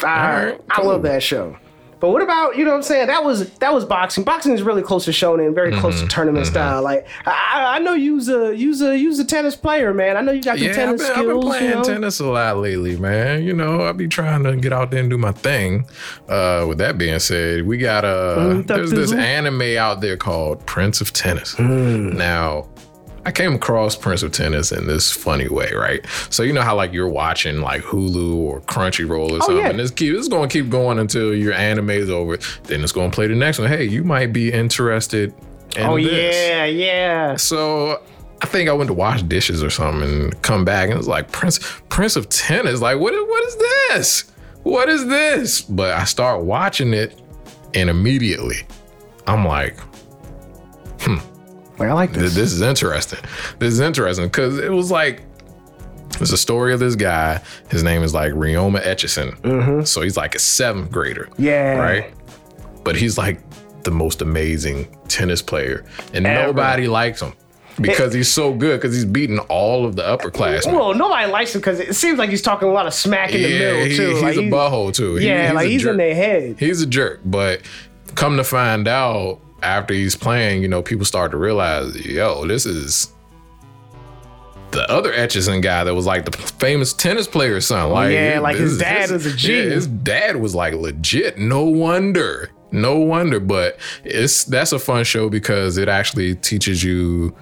[SPEAKER 2] I,
[SPEAKER 3] right,
[SPEAKER 2] I love that show. But what about you know what I'm saying? That was that was boxing. Boxing is really close to shonen, very close to
[SPEAKER 3] Mm-hmm.
[SPEAKER 2] tournament style. Like I, I know you's a you's a you's a tennis player, man. I know you got your
[SPEAKER 3] Yeah,
[SPEAKER 2] tennis
[SPEAKER 3] I've, been,
[SPEAKER 2] skills.
[SPEAKER 3] I've been playing
[SPEAKER 2] you know?
[SPEAKER 3] tennis a lot lately, man. You know, I be trying to get out there and do my thing. Uh, with that being said, we got uh,
[SPEAKER 2] Mm, that
[SPEAKER 3] there's this
[SPEAKER 2] fizzle.
[SPEAKER 3] anime out there called Prince of Tennis.
[SPEAKER 2] Hmm.
[SPEAKER 3] Now, I came across Prince of Tennis in this funny way, right? So you know how like you're watching like Hulu or Crunchyroll or something,
[SPEAKER 2] Oh, yeah.
[SPEAKER 3] and it's keep it's gonna keep going until your anime's over. Then it's gonna play the next one. Hey, you might be interested. In
[SPEAKER 2] Oh
[SPEAKER 3] this.
[SPEAKER 2] yeah, yeah.
[SPEAKER 3] So I think I went to wash dishes or something and come back and it was like Prince Prince of Tennis. Like what? What is this? What is this? But I start watching it, and immediately I'm like, "Hmm,
[SPEAKER 2] Like I like
[SPEAKER 3] th-
[SPEAKER 2] this.
[SPEAKER 3] this is interesting. This is interesting because it was like it's a story of this guy. His name is like Rioma Etchison.
[SPEAKER 2] Mm-hmm.
[SPEAKER 3] So he's like a seventh grader.
[SPEAKER 2] Yeah.
[SPEAKER 3] Right. But he's like the most amazing tennis player, and
[SPEAKER 2] Ever.
[SPEAKER 3] nobody likes him because he's so good. Because he's beating all of the upperclassmen.
[SPEAKER 2] Well, nobody likes him because it seems like he's talking a lot of smack in the middle
[SPEAKER 3] he-
[SPEAKER 2] too.
[SPEAKER 3] he's
[SPEAKER 2] like,
[SPEAKER 3] a butthole too. He-
[SPEAKER 2] Yeah, like
[SPEAKER 3] a
[SPEAKER 2] he's in
[SPEAKER 3] jerk.
[SPEAKER 2] their head.
[SPEAKER 3] He's a jerk, but come to find out after he's playing, you know, people start to realize, yo, this is the other Etchison guy that was like the famous tennis player son. Like,
[SPEAKER 2] yeah, like
[SPEAKER 3] this
[SPEAKER 2] his dad
[SPEAKER 3] this-
[SPEAKER 2] is a G.
[SPEAKER 3] Yeah, his dad was like legit. No wonder. No wonder. But it's that's a fun show because it actually teaches you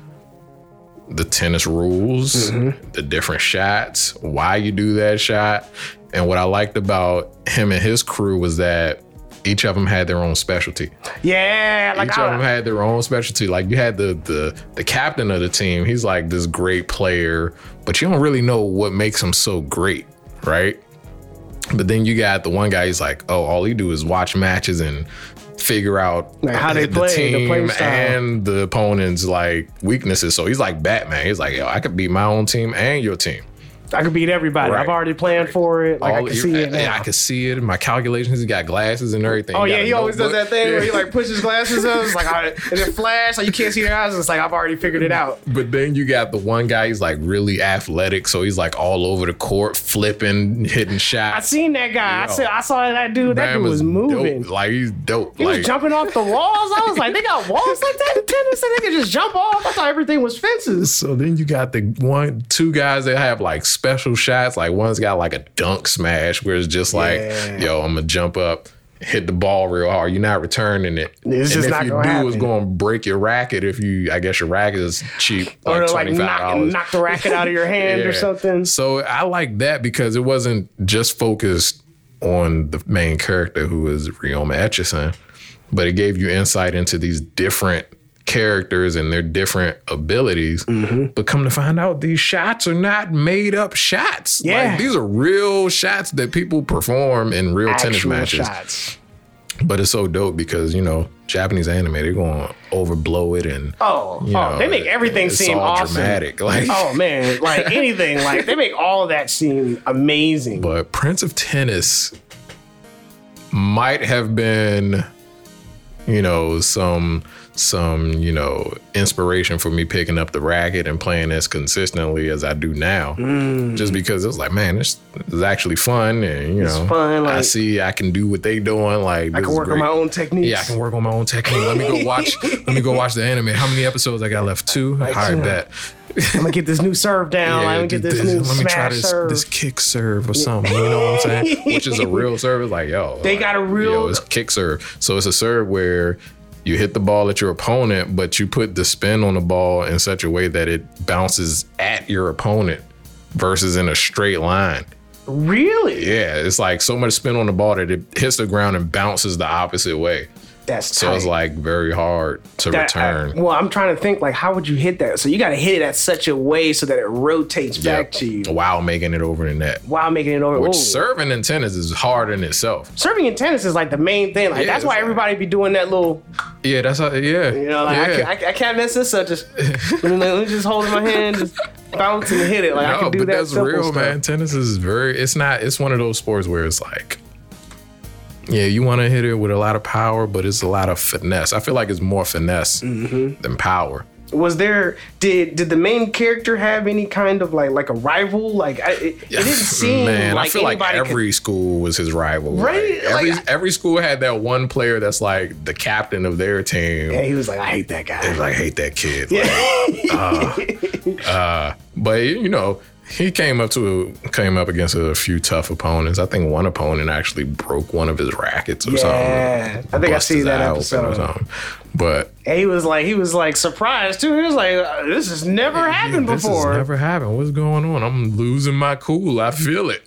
[SPEAKER 3] the tennis rules,
[SPEAKER 2] Mm-hmm.
[SPEAKER 3] the different shots, why you do that shot. And what I liked about him and his crew was that each of them had their own specialty.
[SPEAKER 2] Yeah, like
[SPEAKER 3] each
[SPEAKER 2] I,
[SPEAKER 3] of them had their own specialty. Like you had the the the captain of the team. He's like this great player, but you don't really know what makes him so great, right? But then you got the one guy. He's like, oh, all he do is watch matches and figure out
[SPEAKER 2] Like how they
[SPEAKER 3] the
[SPEAKER 2] play, the
[SPEAKER 3] team
[SPEAKER 2] play style.
[SPEAKER 3] and the opponent's like weaknesses. So he's like Batman. He's like, yo, I could beat my own team and your team.
[SPEAKER 2] I could beat everybody.
[SPEAKER 3] Right.
[SPEAKER 2] I've already planned for it. Like I
[SPEAKER 3] All-
[SPEAKER 2] can see it.
[SPEAKER 3] and
[SPEAKER 2] now.
[SPEAKER 3] I can see it in my calculations. He got glasses and everything.
[SPEAKER 2] Oh
[SPEAKER 3] He got
[SPEAKER 2] yeah,
[SPEAKER 3] a
[SPEAKER 2] he always does that
[SPEAKER 3] notebook.
[SPEAKER 2] thing where he
[SPEAKER 3] Yeah.
[SPEAKER 2] like pushes glasses up, it's like all right, and then flash, like you can't see their eyes. It's like I've already figured it out.
[SPEAKER 3] But then you got the one guy, he's like really athletic, so he's like all over the court, flipping, hitting
[SPEAKER 2] I
[SPEAKER 3] shots.
[SPEAKER 2] seen that guy. I
[SPEAKER 3] Yo.
[SPEAKER 2] said I saw that dude. that
[SPEAKER 3] Man
[SPEAKER 2] dude was
[SPEAKER 3] dope.
[SPEAKER 2] moving.
[SPEAKER 3] Like he's dope.
[SPEAKER 2] He
[SPEAKER 3] like
[SPEAKER 2] was jumping off the walls. I was like, they got walls like that in tennis, and they could just jump off. I thought everything was fences.
[SPEAKER 3] so then you got the one two guys that have like special shots. Like one's got like a dunk smash where it's just like, yo, I'm gonna jump up, hit the ball real hard. You're not returning it.
[SPEAKER 2] It's
[SPEAKER 3] and
[SPEAKER 2] just
[SPEAKER 3] if
[SPEAKER 2] not
[SPEAKER 3] you
[SPEAKER 2] gonna
[SPEAKER 3] do,
[SPEAKER 2] happen.
[SPEAKER 3] it's going to break your racket. If you, I guess your racket is cheap,
[SPEAKER 2] or
[SPEAKER 3] like
[SPEAKER 2] like
[SPEAKER 3] twenty five
[SPEAKER 2] knock,
[SPEAKER 3] dollars.
[SPEAKER 2] knock the racket out of
[SPEAKER 3] (laughs)
[SPEAKER 2] your hand or
[SPEAKER 3] Yeah.
[SPEAKER 2] something.
[SPEAKER 3] So I like that because it wasn't just focused on the main character who was Rioma Etchison, but it gave you insight into these different characters and their different abilities.
[SPEAKER 2] Mm-hmm.
[SPEAKER 3] But come to find out, these shots are not made up shots.
[SPEAKER 2] Yeah.
[SPEAKER 3] Like, these are real shots that people perform in real tennis
[SPEAKER 2] Actual
[SPEAKER 3] matches.
[SPEAKER 2] shots.
[SPEAKER 3] But it's so dope because, you know, Japanese anime, they're going to overblow it and.
[SPEAKER 2] Oh,
[SPEAKER 3] you
[SPEAKER 2] oh,
[SPEAKER 3] know,
[SPEAKER 2] they make everything
[SPEAKER 3] it's
[SPEAKER 2] seem
[SPEAKER 3] all
[SPEAKER 2] awesome.
[SPEAKER 3] dramatic. (laughs) Like,
[SPEAKER 2] Oh man,
[SPEAKER 3] (laughs)
[SPEAKER 2] like anything, like they make all that seem amazing.
[SPEAKER 3] but Prince of Tennis might have been, you know, some some you know inspiration for me picking up the racket and playing as consistently as I do now,
[SPEAKER 2] Mm.
[SPEAKER 3] just because it was like, man, this, this is actually fun, and you know,
[SPEAKER 2] fun,
[SPEAKER 3] I
[SPEAKER 2] like-
[SPEAKER 3] see I can do what they doing, like
[SPEAKER 2] I can work on my own techniques.
[SPEAKER 3] yeah, I can work on my own technique. Let me
[SPEAKER 2] (laughs)
[SPEAKER 3] go watch. let me go watch the anime. How many episodes I got left? Two. All right, bet.
[SPEAKER 2] I'm gonna get this new serve down.
[SPEAKER 3] Yeah,
[SPEAKER 2] I'm gonna
[SPEAKER 3] do
[SPEAKER 2] get this,
[SPEAKER 3] this.
[SPEAKER 2] new
[SPEAKER 3] Let me
[SPEAKER 2] smash
[SPEAKER 3] try this,
[SPEAKER 2] serve.
[SPEAKER 3] this kick serve or something. You know what I'm
[SPEAKER 2] (laughs)
[SPEAKER 3] saying? Which is a real serve. It's like, yo.
[SPEAKER 2] They
[SPEAKER 3] like,
[SPEAKER 2] got a real-
[SPEAKER 3] Yo, it's kick serve. So it's a serve where you hit the ball at your opponent, but you put the spin on the ball in such a way that it bounces at your opponent versus in a straight line.
[SPEAKER 2] really?
[SPEAKER 3] Yeah, it's like so much spin on the ball that it hits the ground and bounces the opposite way.
[SPEAKER 2] That's
[SPEAKER 3] So it's
[SPEAKER 2] tight.
[SPEAKER 3] like very hard to
[SPEAKER 2] That- uh,
[SPEAKER 3] return.
[SPEAKER 2] I- well, I'm trying to think like how would you hit that? So you got to hit it at such a way so that it rotates
[SPEAKER 3] Yeah.
[SPEAKER 2] back to you
[SPEAKER 3] While making it over the net.
[SPEAKER 2] while making it over.
[SPEAKER 3] Which
[SPEAKER 2] Ooh.
[SPEAKER 3] serving in tennis is hard in itself.
[SPEAKER 2] Serving in tennis is like the main thing. Like
[SPEAKER 3] Yeah,
[SPEAKER 2] that's why
[SPEAKER 3] it's like-
[SPEAKER 2] everybody be doing that little.
[SPEAKER 3] Yeah, that's how. Yeah,
[SPEAKER 2] You know, like I,
[SPEAKER 3] yeah.
[SPEAKER 2] can, I, can- I can't mess this up.
[SPEAKER 3] (laughs)
[SPEAKER 2] Just let me, let me just hold in my hand, just bounce and hit it. Like I
[SPEAKER 3] no,
[SPEAKER 2] can do
[SPEAKER 3] but
[SPEAKER 2] that.
[SPEAKER 3] that's
[SPEAKER 2] simple
[SPEAKER 3] real,
[SPEAKER 2] stuff.
[SPEAKER 3] man. Tennis is very. It's not. It's one of those sports where it's like, yeah, you want to hit it with a lot of power, but it's a lot of finesse. I feel like it's more finesse
[SPEAKER 2] Mm-hmm.
[SPEAKER 3] than power.
[SPEAKER 2] was there did did the main character have any kind of like like a rival like I, it, it didn't
[SPEAKER 3] (laughs)
[SPEAKER 2] seem
[SPEAKER 3] man,
[SPEAKER 2] like
[SPEAKER 3] I feel like
[SPEAKER 2] anybody could-
[SPEAKER 3] every school was his rival.
[SPEAKER 2] Right?
[SPEAKER 3] Like, every
[SPEAKER 2] Like,
[SPEAKER 3] every school had that one player that's like the captain of their team.
[SPEAKER 2] yeah, he was like i hate that guy
[SPEAKER 3] Like, I hate that kid. Like, (laughs) uh, uh, but you know, he came up to came up against a few tough opponents. I think one opponent actually broke one of his rackets or
[SPEAKER 2] Yeah.
[SPEAKER 3] something.
[SPEAKER 2] I think I
[SPEAKER 3] Bust
[SPEAKER 2] see
[SPEAKER 3] his
[SPEAKER 2] that
[SPEAKER 3] eye open
[SPEAKER 2] episode.
[SPEAKER 3] something. But
[SPEAKER 2] and he was like he was like surprised too he was like uh, this has never happened
[SPEAKER 3] this has
[SPEAKER 2] before
[SPEAKER 3] never happened. What's going on? I'm losing my cool. I feel it.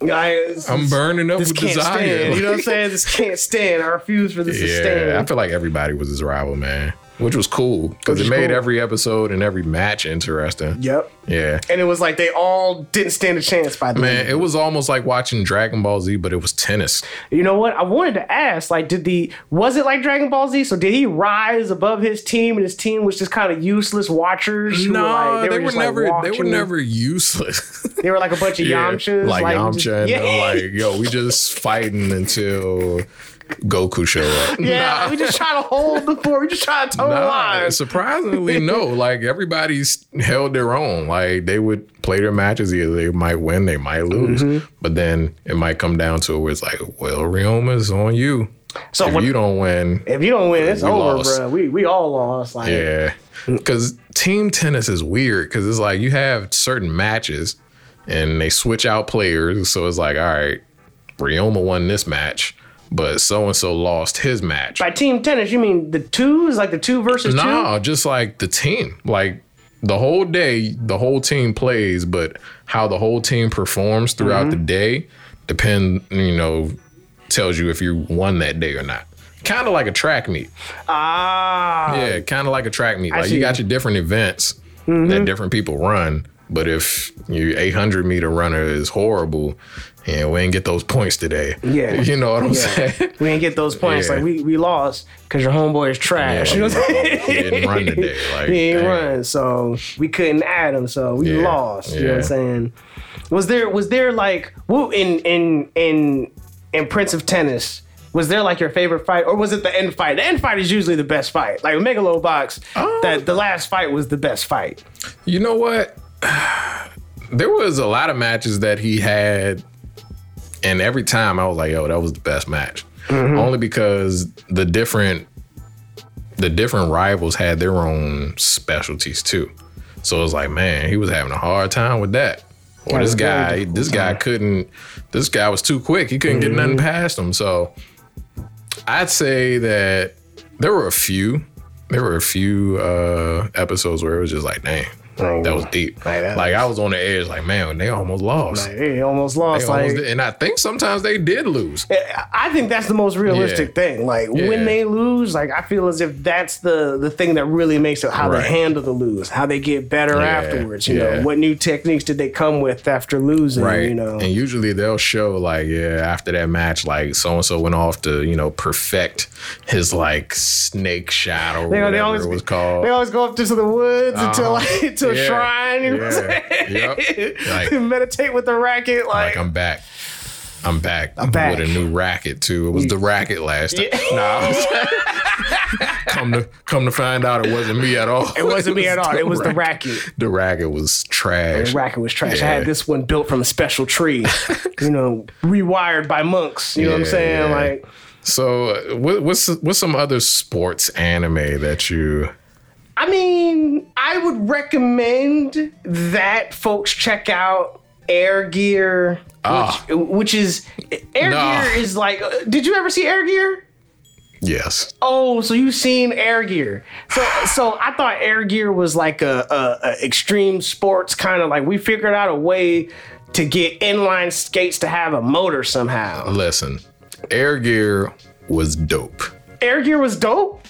[SPEAKER 3] I'm burning up
[SPEAKER 2] this
[SPEAKER 3] with
[SPEAKER 2] can't
[SPEAKER 3] desire.
[SPEAKER 2] stand you know what i'm saying
[SPEAKER 3] (laughs)
[SPEAKER 2] this can't stand i refuse for this to
[SPEAKER 3] Yeah, I
[SPEAKER 2] stand
[SPEAKER 3] feel like everybody was his rival, man. Which was cool because
[SPEAKER 2] Which is
[SPEAKER 3] it made
[SPEAKER 2] cool.
[SPEAKER 3] every episode and every match interesting.
[SPEAKER 2] yep
[SPEAKER 3] Yeah.
[SPEAKER 2] and it was like they all didn't stand a chance by the
[SPEAKER 3] Man, it was almost like watching Dragon Ball Z, but it was tennis.
[SPEAKER 2] You know what? I wanted to ask, like, did the was it like Dragon Ball Z? So did he rise above his team, and his team was just kind of useless watchers? who, like, just, like, watching- (laughs)
[SPEAKER 3] useless.
[SPEAKER 2] They were like a bunch of Yamchas,
[SPEAKER 3] like, Yamcha,
[SPEAKER 2] just-
[SPEAKER 3] and
[SPEAKER 2] yeah,
[SPEAKER 3] I'm like, yo, we just fighting until Goku show
[SPEAKER 2] (laughs)
[SPEAKER 3] up.
[SPEAKER 2] yeah. We just try to hold the fort. We just try to toe the
[SPEAKER 3] Nah,
[SPEAKER 2] line. (laughs)
[SPEAKER 3] surprisingly, no. Like everybody's held their own. Like they would play their matches. Either they might win, they might lose.
[SPEAKER 2] Mm-hmm.
[SPEAKER 3] But then it might come down to it where it's like, well, Rioma's on you.
[SPEAKER 2] So
[SPEAKER 3] if
[SPEAKER 2] when-
[SPEAKER 3] you don't win,
[SPEAKER 2] If you don't win, it's
[SPEAKER 3] We
[SPEAKER 2] over,
[SPEAKER 3] lost.
[SPEAKER 2] bro. We we all lost. Like,
[SPEAKER 3] Yeah. Because team tennis is weird because it's like you have certain matches and they switch out players. So it's like, all right, Ryoma won this match, but so and so lost his match.
[SPEAKER 2] by team tennis, you mean the twos, like the two versus two?
[SPEAKER 3] No, just like the team. Like the whole day, the whole team plays, but how the whole team performs throughout
[SPEAKER 2] Mm-hmm.
[SPEAKER 3] the day depend, you know, tells you if you won that day or not. Kind of like a track meet.
[SPEAKER 2] Ah,
[SPEAKER 3] Yeah, kind of like a track meet. Like
[SPEAKER 2] see. Mm-hmm.
[SPEAKER 3] you got your different events that different people run, but if your 800 meter runner is horrible, yeah, we ain't get those points today.
[SPEAKER 2] Yeah.
[SPEAKER 3] (laughs) you know what I'm saying. (laughs)
[SPEAKER 2] we didn't get those points.
[SPEAKER 3] Yeah.
[SPEAKER 2] Like we we lost because your homeboy is trash. (laughs)
[SPEAKER 3] Yeah,
[SPEAKER 2] you know what I'm saying?
[SPEAKER 3] he didn't
[SPEAKER 2] (laughs)
[SPEAKER 3] run today. Like
[SPEAKER 2] He ain't
[SPEAKER 3] dang.
[SPEAKER 2] run, so we couldn't add him, so we
[SPEAKER 3] Yeah,
[SPEAKER 2] lost. You know what I'm
[SPEAKER 3] yeah.
[SPEAKER 2] saying? Was there was there like woo in in in in Prince of Tennis? Was there like your favorite fight, or was it the end fight? The end fight is usually the best fight. Like Megalobox,
[SPEAKER 3] Oh.
[SPEAKER 2] that the last fight was the best fight.
[SPEAKER 3] You know what? (sighs) There was a lot of matches that he had, and every time I was like, "Yo, that was the best match," only because the different the different rivals had their own specialties too. So it was like, man, he was having a hard time with that. Or this guy, this guy couldn't. This guy was too quick. He couldn't get nothing past him. So I'd say that there were a few, there were a few uh, episodes where it was just like, dang, that was deep.
[SPEAKER 2] Like
[SPEAKER 3] Like,
[SPEAKER 2] that
[SPEAKER 3] I was on the edge, like man, they almost lost.
[SPEAKER 2] Like, they almost lost.
[SPEAKER 3] They almost
[SPEAKER 2] like
[SPEAKER 3] did- and I think sometimes they did lose.
[SPEAKER 2] I think that's the most realistic
[SPEAKER 3] Yeah.
[SPEAKER 2] thing. Like
[SPEAKER 3] Yeah.
[SPEAKER 2] when they lose, like I feel as if that's the the thing that really makes it how
[SPEAKER 3] Right.
[SPEAKER 2] they handle the lose, how they get better
[SPEAKER 3] Yeah,
[SPEAKER 2] afterwards. You
[SPEAKER 3] yeah.
[SPEAKER 2] know, what new techniques did they come with after losing? You know,
[SPEAKER 3] And usually they'll show like, yeah, after that match, like so and so went off to, you know, perfect his like snake shot or
[SPEAKER 2] they,
[SPEAKER 3] whatever
[SPEAKER 2] they always
[SPEAKER 3] it was called. Uh-huh.
[SPEAKER 2] They always go up into the woods until like (laughs) to
[SPEAKER 3] Yeah,
[SPEAKER 2] a shrine. You know what
[SPEAKER 3] yeah,
[SPEAKER 2] I'm saying? (laughs)
[SPEAKER 3] yep. Like-
[SPEAKER 2] meditate with the racket. Like,
[SPEAKER 3] like I'm back. I'm back. I'm
[SPEAKER 2] back.
[SPEAKER 3] with a new racket too. It was the racket last time. Nah,
[SPEAKER 2] (laughs)
[SPEAKER 3] I was- come to come to find out, it wasn't me at all.
[SPEAKER 2] (laughs) it wasn't me at all. It was
[SPEAKER 3] (laughs)
[SPEAKER 2] the racket.
[SPEAKER 3] The racket was trash.
[SPEAKER 2] The racket was trash. I
[SPEAKER 3] Yeah.
[SPEAKER 2] had this one built from a special
[SPEAKER 3] (laughs)
[SPEAKER 2] tree, you know, rewired by monks. You know what I'm
[SPEAKER 3] Yeah,
[SPEAKER 2] saying?
[SPEAKER 3] yeah.
[SPEAKER 2] Like.
[SPEAKER 3] So, uh, what, what's what's some other sports anime that you?
[SPEAKER 2] I mean, I would recommend that folks check out Air Gear, which,
[SPEAKER 3] Ah.
[SPEAKER 2] which is Air
[SPEAKER 3] Nah.
[SPEAKER 2] Gear is like. uh, Did you ever see Air Gear?
[SPEAKER 3] Yes.
[SPEAKER 2] Oh, so you've seen Air Gear? So, so I thought Air Gear was like a, a, a extreme sports kind of like we figured out a way to get inline skates to have a motor somehow.
[SPEAKER 3] Listen, Air Gear was dope,
[SPEAKER 2] Air Gear was dope,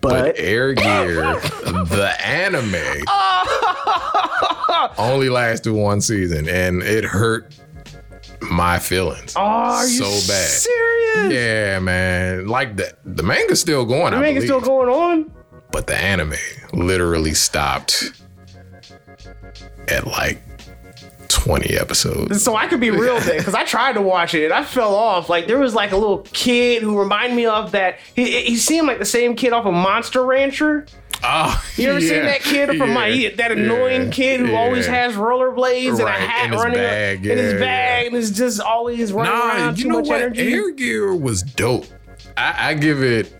[SPEAKER 3] but
[SPEAKER 2] but
[SPEAKER 3] Air Gear, the
[SPEAKER 2] (laughs)
[SPEAKER 3] anime, only lasted one season, and it hurt my feelings.
[SPEAKER 2] are you
[SPEAKER 3] so bad.
[SPEAKER 2] serious?
[SPEAKER 3] Yeah, man. Like the the manga's still going.
[SPEAKER 2] I mean,
[SPEAKER 3] I believe,
[SPEAKER 2] it's still going on.
[SPEAKER 3] but the anime literally stopped at like twenty episodes.
[SPEAKER 2] so I could be real then, because I tried to watch it and I fell off. Like there was like a little kid who reminded me of that. He, he seemed like the same kid off of Monster Rancher.
[SPEAKER 3] Oh,
[SPEAKER 2] You ever seen
[SPEAKER 3] yeah,
[SPEAKER 2] that kid from my
[SPEAKER 3] yeah,
[SPEAKER 2] that annoying
[SPEAKER 3] yeah,
[SPEAKER 2] kid who always
[SPEAKER 3] yeah.
[SPEAKER 2] has rollerblades and a
[SPEAKER 3] Right,
[SPEAKER 2] hat
[SPEAKER 3] in his
[SPEAKER 2] running
[SPEAKER 3] bag,
[SPEAKER 2] in his
[SPEAKER 3] yeah,
[SPEAKER 2] bag and is just always running
[SPEAKER 3] Nah,
[SPEAKER 2] around
[SPEAKER 3] you
[SPEAKER 2] too
[SPEAKER 3] know
[SPEAKER 2] much
[SPEAKER 3] what?
[SPEAKER 2] energy?
[SPEAKER 3] Air Gear was dope. I, I give it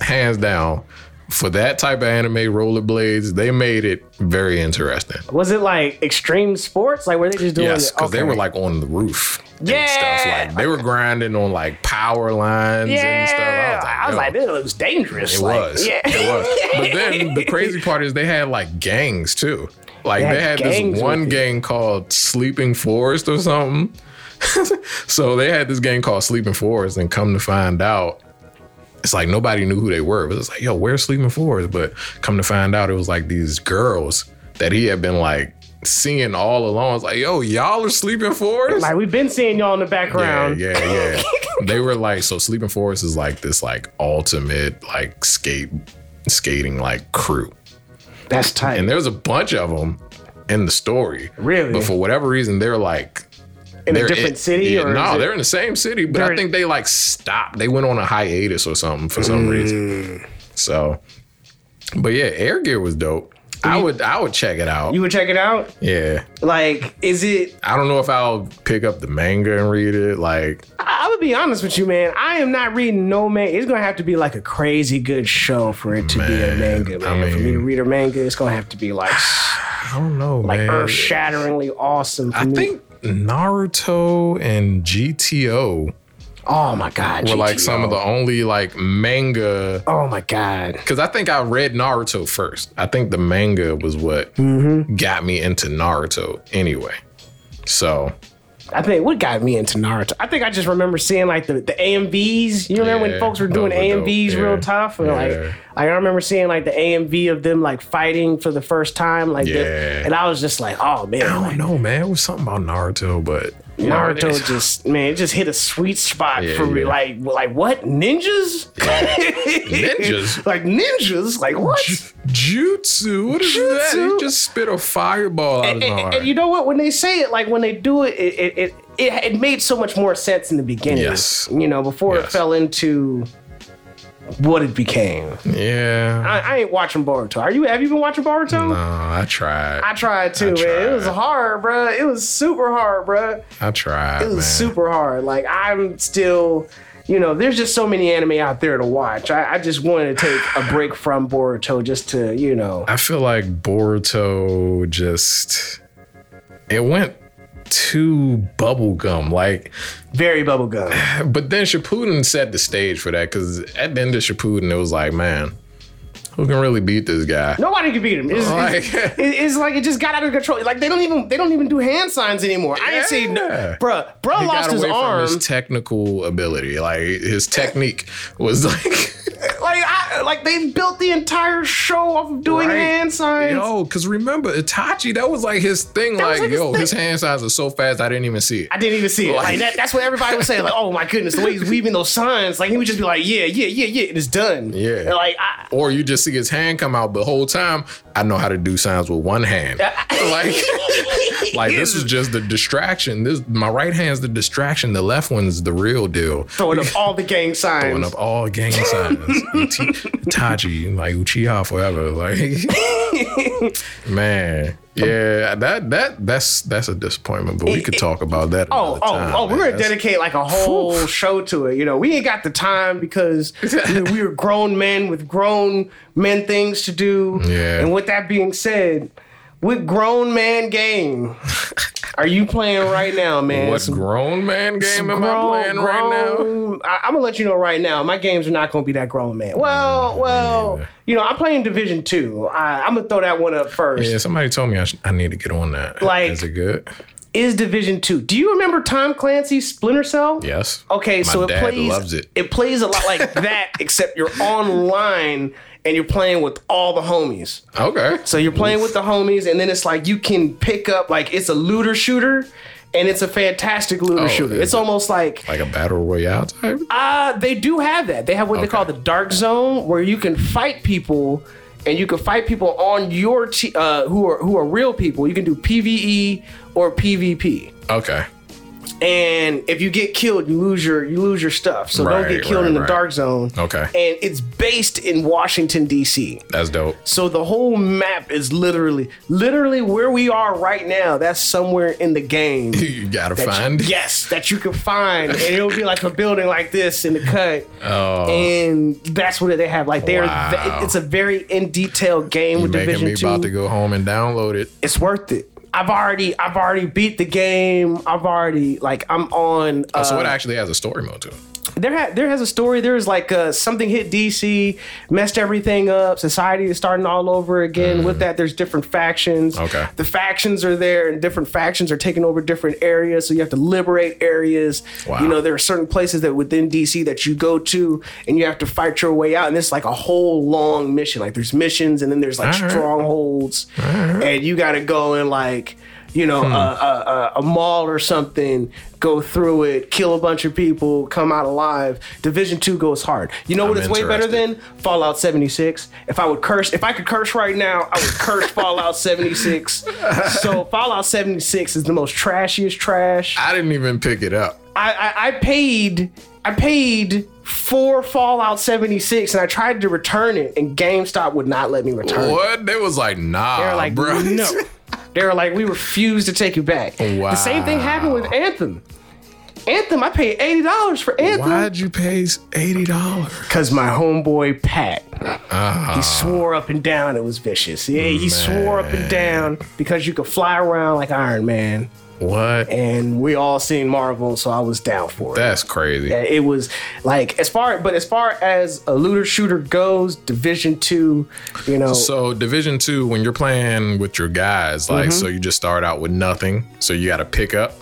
[SPEAKER 3] hands down. For that type of anime, rollerblades, they made it very interesting.
[SPEAKER 2] was it like extreme sports? Like were they just doing?
[SPEAKER 3] Yes,
[SPEAKER 2] it?
[SPEAKER 3] because they
[SPEAKER 2] Okay.
[SPEAKER 3] were like on the roof and stuff.
[SPEAKER 2] Yeah.
[SPEAKER 3] Like they were grinding on like power lines and stuff.
[SPEAKER 2] yeah. I was
[SPEAKER 3] "Yo."
[SPEAKER 2] like, this was dangerous.
[SPEAKER 3] It
[SPEAKER 2] Like,
[SPEAKER 3] was.
[SPEAKER 2] yeah.
[SPEAKER 3] It was. But then the crazy part is they had like gangs too. Like
[SPEAKER 2] They
[SPEAKER 3] they
[SPEAKER 2] had
[SPEAKER 3] had,
[SPEAKER 2] gangs
[SPEAKER 3] this one
[SPEAKER 2] with
[SPEAKER 3] gang called Sleeping Forest or something. (laughs) so they had this gang called Sleeping Forest, and come to find out, it's like nobody knew who they were. But it's like, yo, where's Sleeping Forest? But come to find out, it was like these girls that he had been like seeing all along. It's like, yo, y'all are Sleeping Forest.
[SPEAKER 2] (laughs) Like we've been seeing y'all in the
[SPEAKER 3] Yeah,
[SPEAKER 2] background.
[SPEAKER 3] yeah, yeah. they were like, so Sleeping Forest is like this like ultimate like skate skating like crew,
[SPEAKER 2] That's tight.
[SPEAKER 3] and there's a bunch of them in the story.
[SPEAKER 2] Really?
[SPEAKER 3] but for whatever reason, they're like.
[SPEAKER 2] in a
[SPEAKER 3] they're
[SPEAKER 2] different
[SPEAKER 3] it-
[SPEAKER 2] city
[SPEAKER 3] yeah,
[SPEAKER 2] or
[SPEAKER 3] no,
[SPEAKER 2] is it-
[SPEAKER 3] they're in the same city, but
[SPEAKER 2] They're
[SPEAKER 3] I
[SPEAKER 2] in-
[SPEAKER 3] think they like stopped. They went on a hiatus or something for some reason.
[SPEAKER 2] Mm.
[SPEAKER 3] So, but yeah, Air Gear was dope. I would, I would check it out.
[SPEAKER 2] you would check it out
[SPEAKER 3] yeah,
[SPEAKER 2] like is it
[SPEAKER 3] I don't know if I'll pick up the manga and read it. Like,
[SPEAKER 2] I- i'm gonna be honest with you man i am not reading no man it's gonna have to be like a crazy good show for it to be a manga man for me to
[SPEAKER 3] mean-
[SPEAKER 2] read a manga it's gonna have to be like
[SPEAKER 3] (sighs) I don't know,
[SPEAKER 2] like
[SPEAKER 3] man.
[SPEAKER 2] earth-shatteringly awesome for
[SPEAKER 3] I
[SPEAKER 2] me
[SPEAKER 3] think Naruto and GTO
[SPEAKER 2] oh my god
[SPEAKER 3] were like
[SPEAKER 2] GTO.
[SPEAKER 3] some of the only like manga.
[SPEAKER 2] oh my god
[SPEAKER 3] Because I think I read Naruto first. I think the manga was what
[SPEAKER 2] Mm-hmm.
[SPEAKER 3] got me into Naruto anyway. So
[SPEAKER 2] i think what got me into naruto i think i just remember seeing like the, the amvs you remember
[SPEAKER 3] Yeah,
[SPEAKER 2] when folks were
[SPEAKER 3] those
[SPEAKER 2] doing
[SPEAKER 3] were dope,
[SPEAKER 2] amvs
[SPEAKER 3] yeah,
[SPEAKER 2] real tough and like
[SPEAKER 3] yeah.
[SPEAKER 2] like, i remember seeing like the amv of them like fighting for the first time like the-
[SPEAKER 3] Yeah.
[SPEAKER 2] and i was just like oh man
[SPEAKER 3] I
[SPEAKER 2] like,
[SPEAKER 3] don't know, man. It was something about Naruto, but
[SPEAKER 2] Naruto just man, it just hit a sweet spot
[SPEAKER 3] Yeah,
[SPEAKER 2] for me.
[SPEAKER 3] yeah.
[SPEAKER 2] Like, like what ninjas? (laughs)
[SPEAKER 3] Ninjas?
[SPEAKER 2] like ninjas? Like what?
[SPEAKER 3] Jutsu. What is that?
[SPEAKER 2] Jutsu?
[SPEAKER 3] He just spit a fireball out
[SPEAKER 2] (laughs) And,
[SPEAKER 3] of his
[SPEAKER 2] and-
[SPEAKER 3] heart.
[SPEAKER 2] and you know what? When they say it, like when they do it, it it it, it, it made so much more sense in the beginning.
[SPEAKER 3] Yes.
[SPEAKER 2] you know, before it
[SPEAKER 3] Yes.
[SPEAKER 2] fell into what it became.
[SPEAKER 3] Mm. yeah.
[SPEAKER 2] I, I ain't watching Boruto. Are you? Have you been watching Boruto?
[SPEAKER 3] No, I tried.
[SPEAKER 2] I tried too, man. It was
[SPEAKER 3] tried.
[SPEAKER 2] hard, bruh. It was super hard, bruh.
[SPEAKER 3] I tried.
[SPEAKER 2] it was
[SPEAKER 3] man.
[SPEAKER 2] super hard. Like I'm still, you know, there's just so many anime out there to watch. I, I just wanted to take a break from Boruto just to, you know,
[SPEAKER 3] I feel like Boruto just it went too bubblegum. Like,
[SPEAKER 2] Very bubblegum.
[SPEAKER 3] but then Shippuden set the stage for that because at the end of Shippuden, it was like, man, who can really beat this guy?
[SPEAKER 2] Nobody can beat him. It's, it's- (laughs)
[SPEAKER 3] Like-
[SPEAKER 2] it- it's like it just got out of control. Like they don't even they don't even do hand signs anymore. I ain't seen no,
[SPEAKER 3] Yeah.
[SPEAKER 2] bruh. Bruh
[SPEAKER 3] He
[SPEAKER 2] lost
[SPEAKER 3] got
[SPEAKER 2] his
[SPEAKER 3] away from
[SPEAKER 2] arm.
[SPEAKER 3] his technical ability. Like his technique was like (laughs)
[SPEAKER 2] like I, like they built the entire show off of doing
[SPEAKER 3] Right.
[SPEAKER 2] hand signs.
[SPEAKER 3] Yo, because remember Itachi, that was like his thing.
[SPEAKER 2] That was
[SPEAKER 3] like,
[SPEAKER 2] like his
[SPEAKER 3] yo,
[SPEAKER 2] thing.
[SPEAKER 3] his hand signs are so fast I didn't even see it.
[SPEAKER 2] I didn't even see it. Like
[SPEAKER 3] Like-
[SPEAKER 2] that, that's what everybody was saying. Like, oh my goodness, the way he's weaving those signs. Like he would just be like, yeah, yeah, yeah, yeah, and it's done.
[SPEAKER 3] Yeah.
[SPEAKER 2] And, like I,
[SPEAKER 3] or you just see his hand come out, but whole time I know how to do signs with
[SPEAKER 2] (laughs)
[SPEAKER 3] one hand. like, like this is just the distraction. This my right hand's the distraction. The left one's the real deal.
[SPEAKER 2] throwing up all the
[SPEAKER 3] (laughs)
[SPEAKER 2] gang signs.
[SPEAKER 3] Throwing up all
[SPEAKER 2] (laughs)
[SPEAKER 3] gang signs. Uchi- Itachi, like Uchiha forever. Like
[SPEAKER 2] (laughs)
[SPEAKER 3] man. Yeah, that that that's that's a disappointment, but we could talk about that.
[SPEAKER 2] Oh,
[SPEAKER 3] another
[SPEAKER 2] oh,
[SPEAKER 3] time,
[SPEAKER 2] oh!
[SPEAKER 3] man.
[SPEAKER 2] We're gonna
[SPEAKER 3] That's-
[SPEAKER 2] dedicate like a whole show to it. You know, we ain't got the time because we- we are grown men with grown men things to do.
[SPEAKER 3] Yeah.
[SPEAKER 2] And with that being said, what grown man game are you playing right now, man?
[SPEAKER 3] What
[SPEAKER 2] Some
[SPEAKER 3] grown man game am I playing right now?
[SPEAKER 2] I, am gonna let you know right now. My games are not gonna be that grown, man.
[SPEAKER 3] Mm,
[SPEAKER 2] Well, well, you know, I'm playing Division Two. I'm gonna throw that one up first.
[SPEAKER 3] Yeah, somebody told me I, sh- I need to get on that.
[SPEAKER 2] Like-
[SPEAKER 3] is it good?
[SPEAKER 2] Is Division Two? Do you remember Tom Clancy's Splinter Cell?
[SPEAKER 3] Yes.
[SPEAKER 2] Okay,
[SPEAKER 3] My
[SPEAKER 2] so it
[SPEAKER 3] dad
[SPEAKER 2] plays.
[SPEAKER 3] loves it.
[SPEAKER 2] plays a lot
[SPEAKER 3] (laughs)
[SPEAKER 2] like that, except you're online and you're playing with all the homies.
[SPEAKER 3] Okay.
[SPEAKER 2] So you're playing with the homies, and then it's like you can pick up like it's a looter shooter, and it's a fantastic looter
[SPEAKER 3] Oh,
[SPEAKER 2] shooter.
[SPEAKER 3] is
[SPEAKER 2] It's
[SPEAKER 3] it-
[SPEAKER 2] almost like
[SPEAKER 3] like a battle royale type.
[SPEAKER 2] Uh, they do have that. They have what they call the dark zone, where you can fight people, and you can fight people on your te- uh, who are who are real people. You can do PVE or PvP,
[SPEAKER 3] okay.
[SPEAKER 2] and if you get killed, you lose your you lose your stuff. So don't
[SPEAKER 3] Right,
[SPEAKER 2] get killed
[SPEAKER 3] right,
[SPEAKER 2] in the
[SPEAKER 3] right.
[SPEAKER 2] dark zone.
[SPEAKER 3] Okay.
[SPEAKER 2] and it's based in Washington D.C.
[SPEAKER 3] That's dope.
[SPEAKER 2] So the whole map is literally literally where we are right now. That's somewhere in the game.
[SPEAKER 3] (laughs) You gotta
[SPEAKER 2] that you-
[SPEAKER 3] find.
[SPEAKER 2] yes, that you can find, and it'll be like a building like this in the cut,
[SPEAKER 3] Oh.
[SPEAKER 2] and that's what they have. Like they're,
[SPEAKER 3] Wow.
[SPEAKER 2] it's a very in detail game
[SPEAKER 3] you
[SPEAKER 2] with
[SPEAKER 3] making
[SPEAKER 2] Division
[SPEAKER 3] me
[SPEAKER 2] Two.
[SPEAKER 3] about to go home and download it.
[SPEAKER 2] it's worth it. I've already, I've already beat the game. I've already, like, I'm on. Uh,
[SPEAKER 3] So it actually has a story mode to it.
[SPEAKER 2] there, ha- there has a story. There is like uh, something hit DC, messed everything up. Society is starting all over again. With that, there's different factions.
[SPEAKER 3] Mm. Okay.
[SPEAKER 2] the factions are there, and different factions are taking over different areas. So you have to liberate areas.
[SPEAKER 3] Wow.
[SPEAKER 2] You know, there are certain places that within DC that you go to, and you have to fight your way out. And it's like a whole long mission. Like there's missions, and then there's like
[SPEAKER 3] All right.
[SPEAKER 2] strongholds, and you got to go and like. You
[SPEAKER 3] Hmm.
[SPEAKER 2] know, uh, uh, a mall or something, go through it, kill a bunch of people, come out alive. Division two goes hard. You know what
[SPEAKER 3] I'm
[SPEAKER 2] it's way better than
[SPEAKER 3] interested.
[SPEAKER 2] Fallout 76. If I would curse, if I could curse right now, I would curse Fallout (laughs) 76. So Fallout 76 is the most trashiest trash. I
[SPEAKER 3] I didn't even pick it up.
[SPEAKER 2] I, I paid I paid for Fallout 76 and I tried to return it and GameStop would not let me return it.
[SPEAKER 3] What? They was like, nah,
[SPEAKER 2] They were like,
[SPEAKER 3] bro.
[SPEAKER 2] no. They were like, we refuse to take it back.
[SPEAKER 3] Wow.
[SPEAKER 2] The same thing happened with Anthem. Anthem, I paid eighty dollars for Anthem
[SPEAKER 3] (laughs) Why'd you pay eighty dollars?
[SPEAKER 2] because my homeboy Pat,
[SPEAKER 3] Ah.
[SPEAKER 2] he swore up and down it was vicious. Yeah, he swore up and down because you could fly around like Iron Man,
[SPEAKER 3] What?
[SPEAKER 2] and we all seen Marvel, so I was down for it.
[SPEAKER 3] That's crazy.
[SPEAKER 2] it was like as far, but as far as a looter shooter goes, Division Two, you know,
[SPEAKER 3] So Division Two, when you're playing with your guys, like,
[SPEAKER 2] Mm-hmm.
[SPEAKER 3] so you just start out with nothing. So you got to pick up.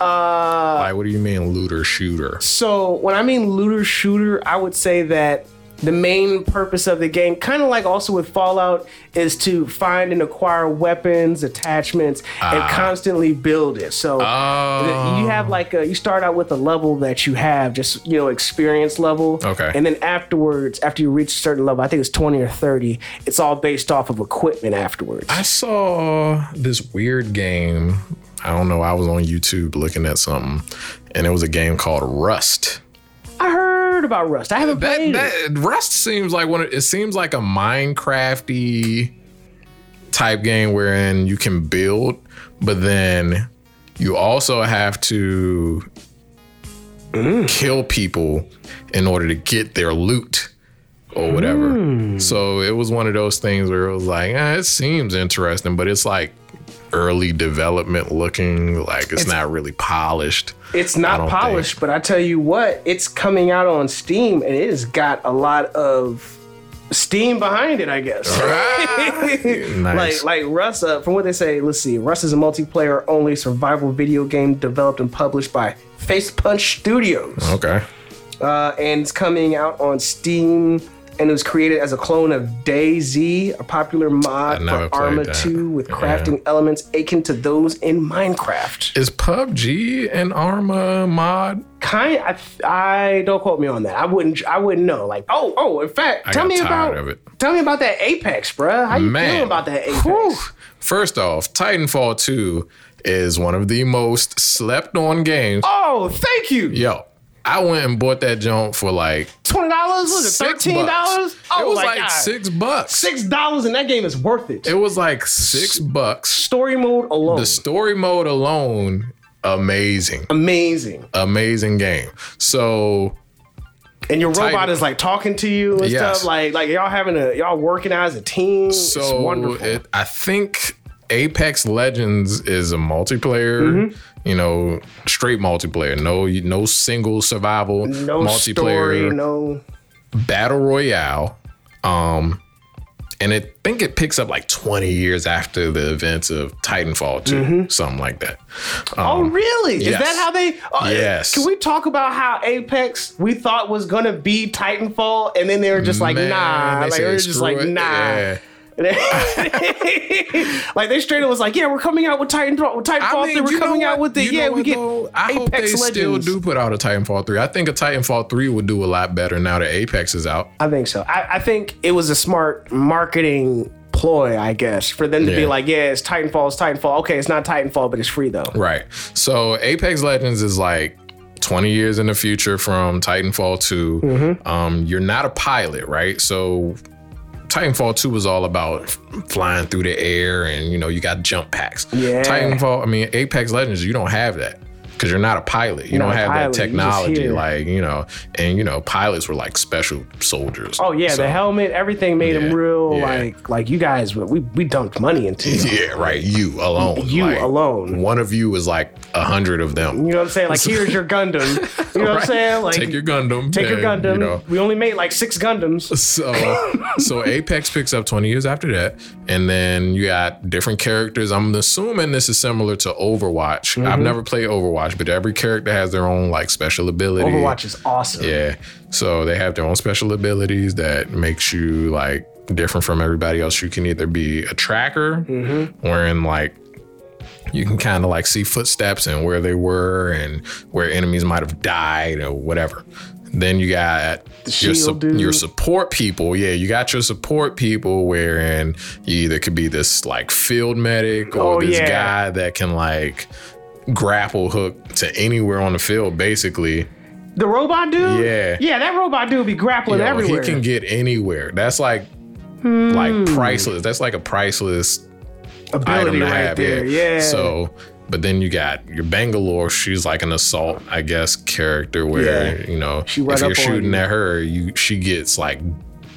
[SPEAKER 3] Uh, like, what do you mean looter shooter?
[SPEAKER 2] So when I mean looter shooter, I would say that the main purpose of the game, kind of like also with Fallout, is to find and acquire weapons, attachments,
[SPEAKER 3] Ah.
[SPEAKER 2] and constantly build it. So
[SPEAKER 3] Oh. Uh,
[SPEAKER 2] th- you have like a, you start out with a level that you have, just you know, experience level.
[SPEAKER 3] Okay.
[SPEAKER 2] And then afterwards, after you reach a certain level, I think it's twenty or thirty. It's all based off of equipment afterwards.
[SPEAKER 3] I saw this weird game. I don't know. I was on YouTube looking at something, and it was a game called Rust.
[SPEAKER 2] I heard about Rust. I haven't
[SPEAKER 3] That,
[SPEAKER 2] played it.
[SPEAKER 3] that Rust seems like one. Of, it seems like a Minecrafty type game wherein you can build, but then you also have to kill people in order to get their loot or whatever. So it was one of those things where it was like, eh, it seems "Ah, interesting, but it's like early development looking. Like it's, not really polished.
[SPEAKER 2] It's
[SPEAKER 3] I
[SPEAKER 2] not
[SPEAKER 3] don't
[SPEAKER 2] polished, but I tell you what, it's coming out on Steam and it has got a lot of steam behind it, I guess. (laughs) Like
[SPEAKER 3] Nice.
[SPEAKER 2] like Russ, uh, from what they say, let's see. Russ is a multiplayer only survival video game developed and published by Face Punch Studios,
[SPEAKER 3] okay.
[SPEAKER 2] uh, and it's coming out on Steam. And it was created as a clone of DayZ, a popular mod
[SPEAKER 3] I never
[SPEAKER 2] for
[SPEAKER 3] played
[SPEAKER 2] Arma
[SPEAKER 3] that.
[SPEAKER 2] 2 with crafting elements akin to those in Minecraft.
[SPEAKER 3] Is PUBG an Arma mod?
[SPEAKER 2] Kind, I, I don't quote me on that. I wouldn't, I wouldn't know. Like, oh, oh, in fact,
[SPEAKER 3] I
[SPEAKER 2] tell
[SPEAKER 3] got
[SPEAKER 2] me
[SPEAKER 3] tired
[SPEAKER 2] about,
[SPEAKER 3] of it.
[SPEAKER 2] tell me about that Apex, bruh. How you
[SPEAKER 3] Man.
[SPEAKER 2] feeling about that Apex?
[SPEAKER 3] Whew. First off, Titanfall 2 is one of the most slept on games.
[SPEAKER 2] Oh, thank you.
[SPEAKER 3] Yo, I went and bought that junk for like
[SPEAKER 2] twenty dollars? Was it
[SPEAKER 3] six
[SPEAKER 2] thirteen dollars? Oh
[SPEAKER 3] bucks. it was like six bucks.
[SPEAKER 2] six dollars, and that game is worth it.
[SPEAKER 3] It was like six bucks.
[SPEAKER 2] Story mode alone,
[SPEAKER 3] The story mode alone, amazing,
[SPEAKER 2] amazing.
[SPEAKER 3] amazing game. So
[SPEAKER 2] And your
[SPEAKER 3] Titan-
[SPEAKER 2] robot is like talking to you and
[SPEAKER 3] Yes.
[SPEAKER 2] stuff. Like like y'all having a y'all working out as a team. it's
[SPEAKER 3] so
[SPEAKER 2] wonderful.
[SPEAKER 3] it, I think Apex Legends is a multiplayer.
[SPEAKER 2] Mm-hmm.
[SPEAKER 3] You know, straight multiplayer. No, no single survival.
[SPEAKER 2] no
[SPEAKER 3] multiplayer.
[SPEAKER 2] story, no.
[SPEAKER 3] battle royale um and I think it picks up like 20 years after the events of Titanfall 2,
[SPEAKER 2] Mm-hmm.
[SPEAKER 3] something like that.
[SPEAKER 2] Oh really? Is
[SPEAKER 3] Um, yes.
[SPEAKER 2] that how they? Uh,
[SPEAKER 3] Yes.
[SPEAKER 2] Can we talk about how Apex we thought was gonna be Titanfall, and then they were just like,
[SPEAKER 3] Man,
[SPEAKER 2] nah,
[SPEAKER 3] they
[SPEAKER 2] like
[SPEAKER 3] said,
[SPEAKER 2] they were just
[SPEAKER 3] "Screw
[SPEAKER 2] like,
[SPEAKER 3] it."
[SPEAKER 2] nah.
[SPEAKER 3] Yeah.
[SPEAKER 2] (laughs) like they straight up was like, yeah, we're coming out with Titanfall. With Titanfall, three, we're
[SPEAKER 3] you know
[SPEAKER 2] coming out
[SPEAKER 3] what-
[SPEAKER 2] with the
[SPEAKER 3] you know
[SPEAKER 2] yeah, we
[SPEAKER 3] what,
[SPEAKER 2] get
[SPEAKER 3] though? I hope they
[SPEAKER 2] Apex
[SPEAKER 3] still
[SPEAKER 2] Legends.
[SPEAKER 3] do put out a Titanfall 3. I think a Titanfall 3 would do a lot better now that Apex is out.
[SPEAKER 2] I think so. I, I think it was a smart marketing ploy, I guess, for them to be
[SPEAKER 3] Yeah.
[SPEAKER 2] like, yeah, it's Titanfall, it's Titanfall. Okay, it's not Titanfall, but it's free though.
[SPEAKER 3] Right. So Apex Legends is like 20 years in the future from Titanfall 2.
[SPEAKER 2] Mm-hmm.
[SPEAKER 3] Um, you're not a pilot, right? So Titanfall 2 was all about f- flying through the air and you know, you got jump packs.
[SPEAKER 2] Yeah.
[SPEAKER 3] Titanfall, I mean, Apex Legends, you don't have that. Cause you're not a pilot, you
[SPEAKER 2] Not
[SPEAKER 3] don't
[SPEAKER 2] a
[SPEAKER 3] have
[SPEAKER 2] pilot,
[SPEAKER 3] that
[SPEAKER 2] you're just
[SPEAKER 3] technology,
[SPEAKER 2] here.
[SPEAKER 3] like you know, and you know, pilots were like special soldiers.
[SPEAKER 2] Oh yeah, the
[SPEAKER 3] So-
[SPEAKER 2] helmet, everything made
[SPEAKER 3] Yeah,
[SPEAKER 2] them real
[SPEAKER 3] yeah.
[SPEAKER 2] like like you guys we we dumped money
[SPEAKER 3] (laughs)
[SPEAKER 2] into. you.
[SPEAKER 3] (laughs) Yeah, right. You alone.
[SPEAKER 2] You alone.
[SPEAKER 3] One of you is like a hundred of them.
[SPEAKER 2] You know what I'm saying? Like here's your Gundam. You know
[SPEAKER 3] (laughs)
[SPEAKER 2] what I'm saying? Like
[SPEAKER 3] take your Gundam.
[SPEAKER 2] take your
[SPEAKER 3] and,
[SPEAKER 2] Gundam.
[SPEAKER 3] You know.
[SPEAKER 2] We only made like six Gundams.
[SPEAKER 3] (laughs) So, so Apex picks up 20 years after that, and then you got different characters. I'm assuming this is similar to Overwatch. I've never played Overwatch, but every character has their own like special ability.
[SPEAKER 2] Overwatch is awesome.
[SPEAKER 3] Yeah. So they have their own special abilities that makes you like different from everybody else. You can either be a tracker,
[SPEAKER 2] Mm-hmm.
[SPEAKER 3] wherein like you can kind of like see footsteps and where they were and where enemies might have died or whatever. Then you got your,
[SPEAKER 2] shield
[SPEAKER 3] sup-
[SPEAKER 2] dude.
[SPEAKER 3] your support people. Yeah, you got your support people wherein you either could be this like field medic or
[SPEAKER 2] Oh,
[SPEAKER 3] this
[SPEAKER 2] yeah.
[SPEAKER 3] guy that can like grapple hook to anywhere on the field basically.
[SPEAKER 2] The robot dude?
[SPEAKER 3] Yeah.
[SPEAKER 2] Yeah, that robot dude be grappling
[SPEAKER 3] Yo,
[SPEAKER 2] everywhere.
[SPEAKER 3] He can get anywhere. That's like like priceless. That's like a priceless
[SPEAKER 2] Ability
[SPEAKER 3] item to
[SPEAKER 2] right
[SPEAKER 3] have.
[SPEAKER 2] there.
[SPEAKER 3] yeah.
[SPEAKER 2] Yeah.
[SPEAKER 3] So but then you got your Bangalore. She's like an assault, I guess, character where you know
[SPEAKER 2] She run
[SPEAKER 3] if you're
[SPEAKER 2] up on
[SPEAKER 3] shooting
[SPEAKER 2] you.
[SPEAKER 3] at her, you she gets like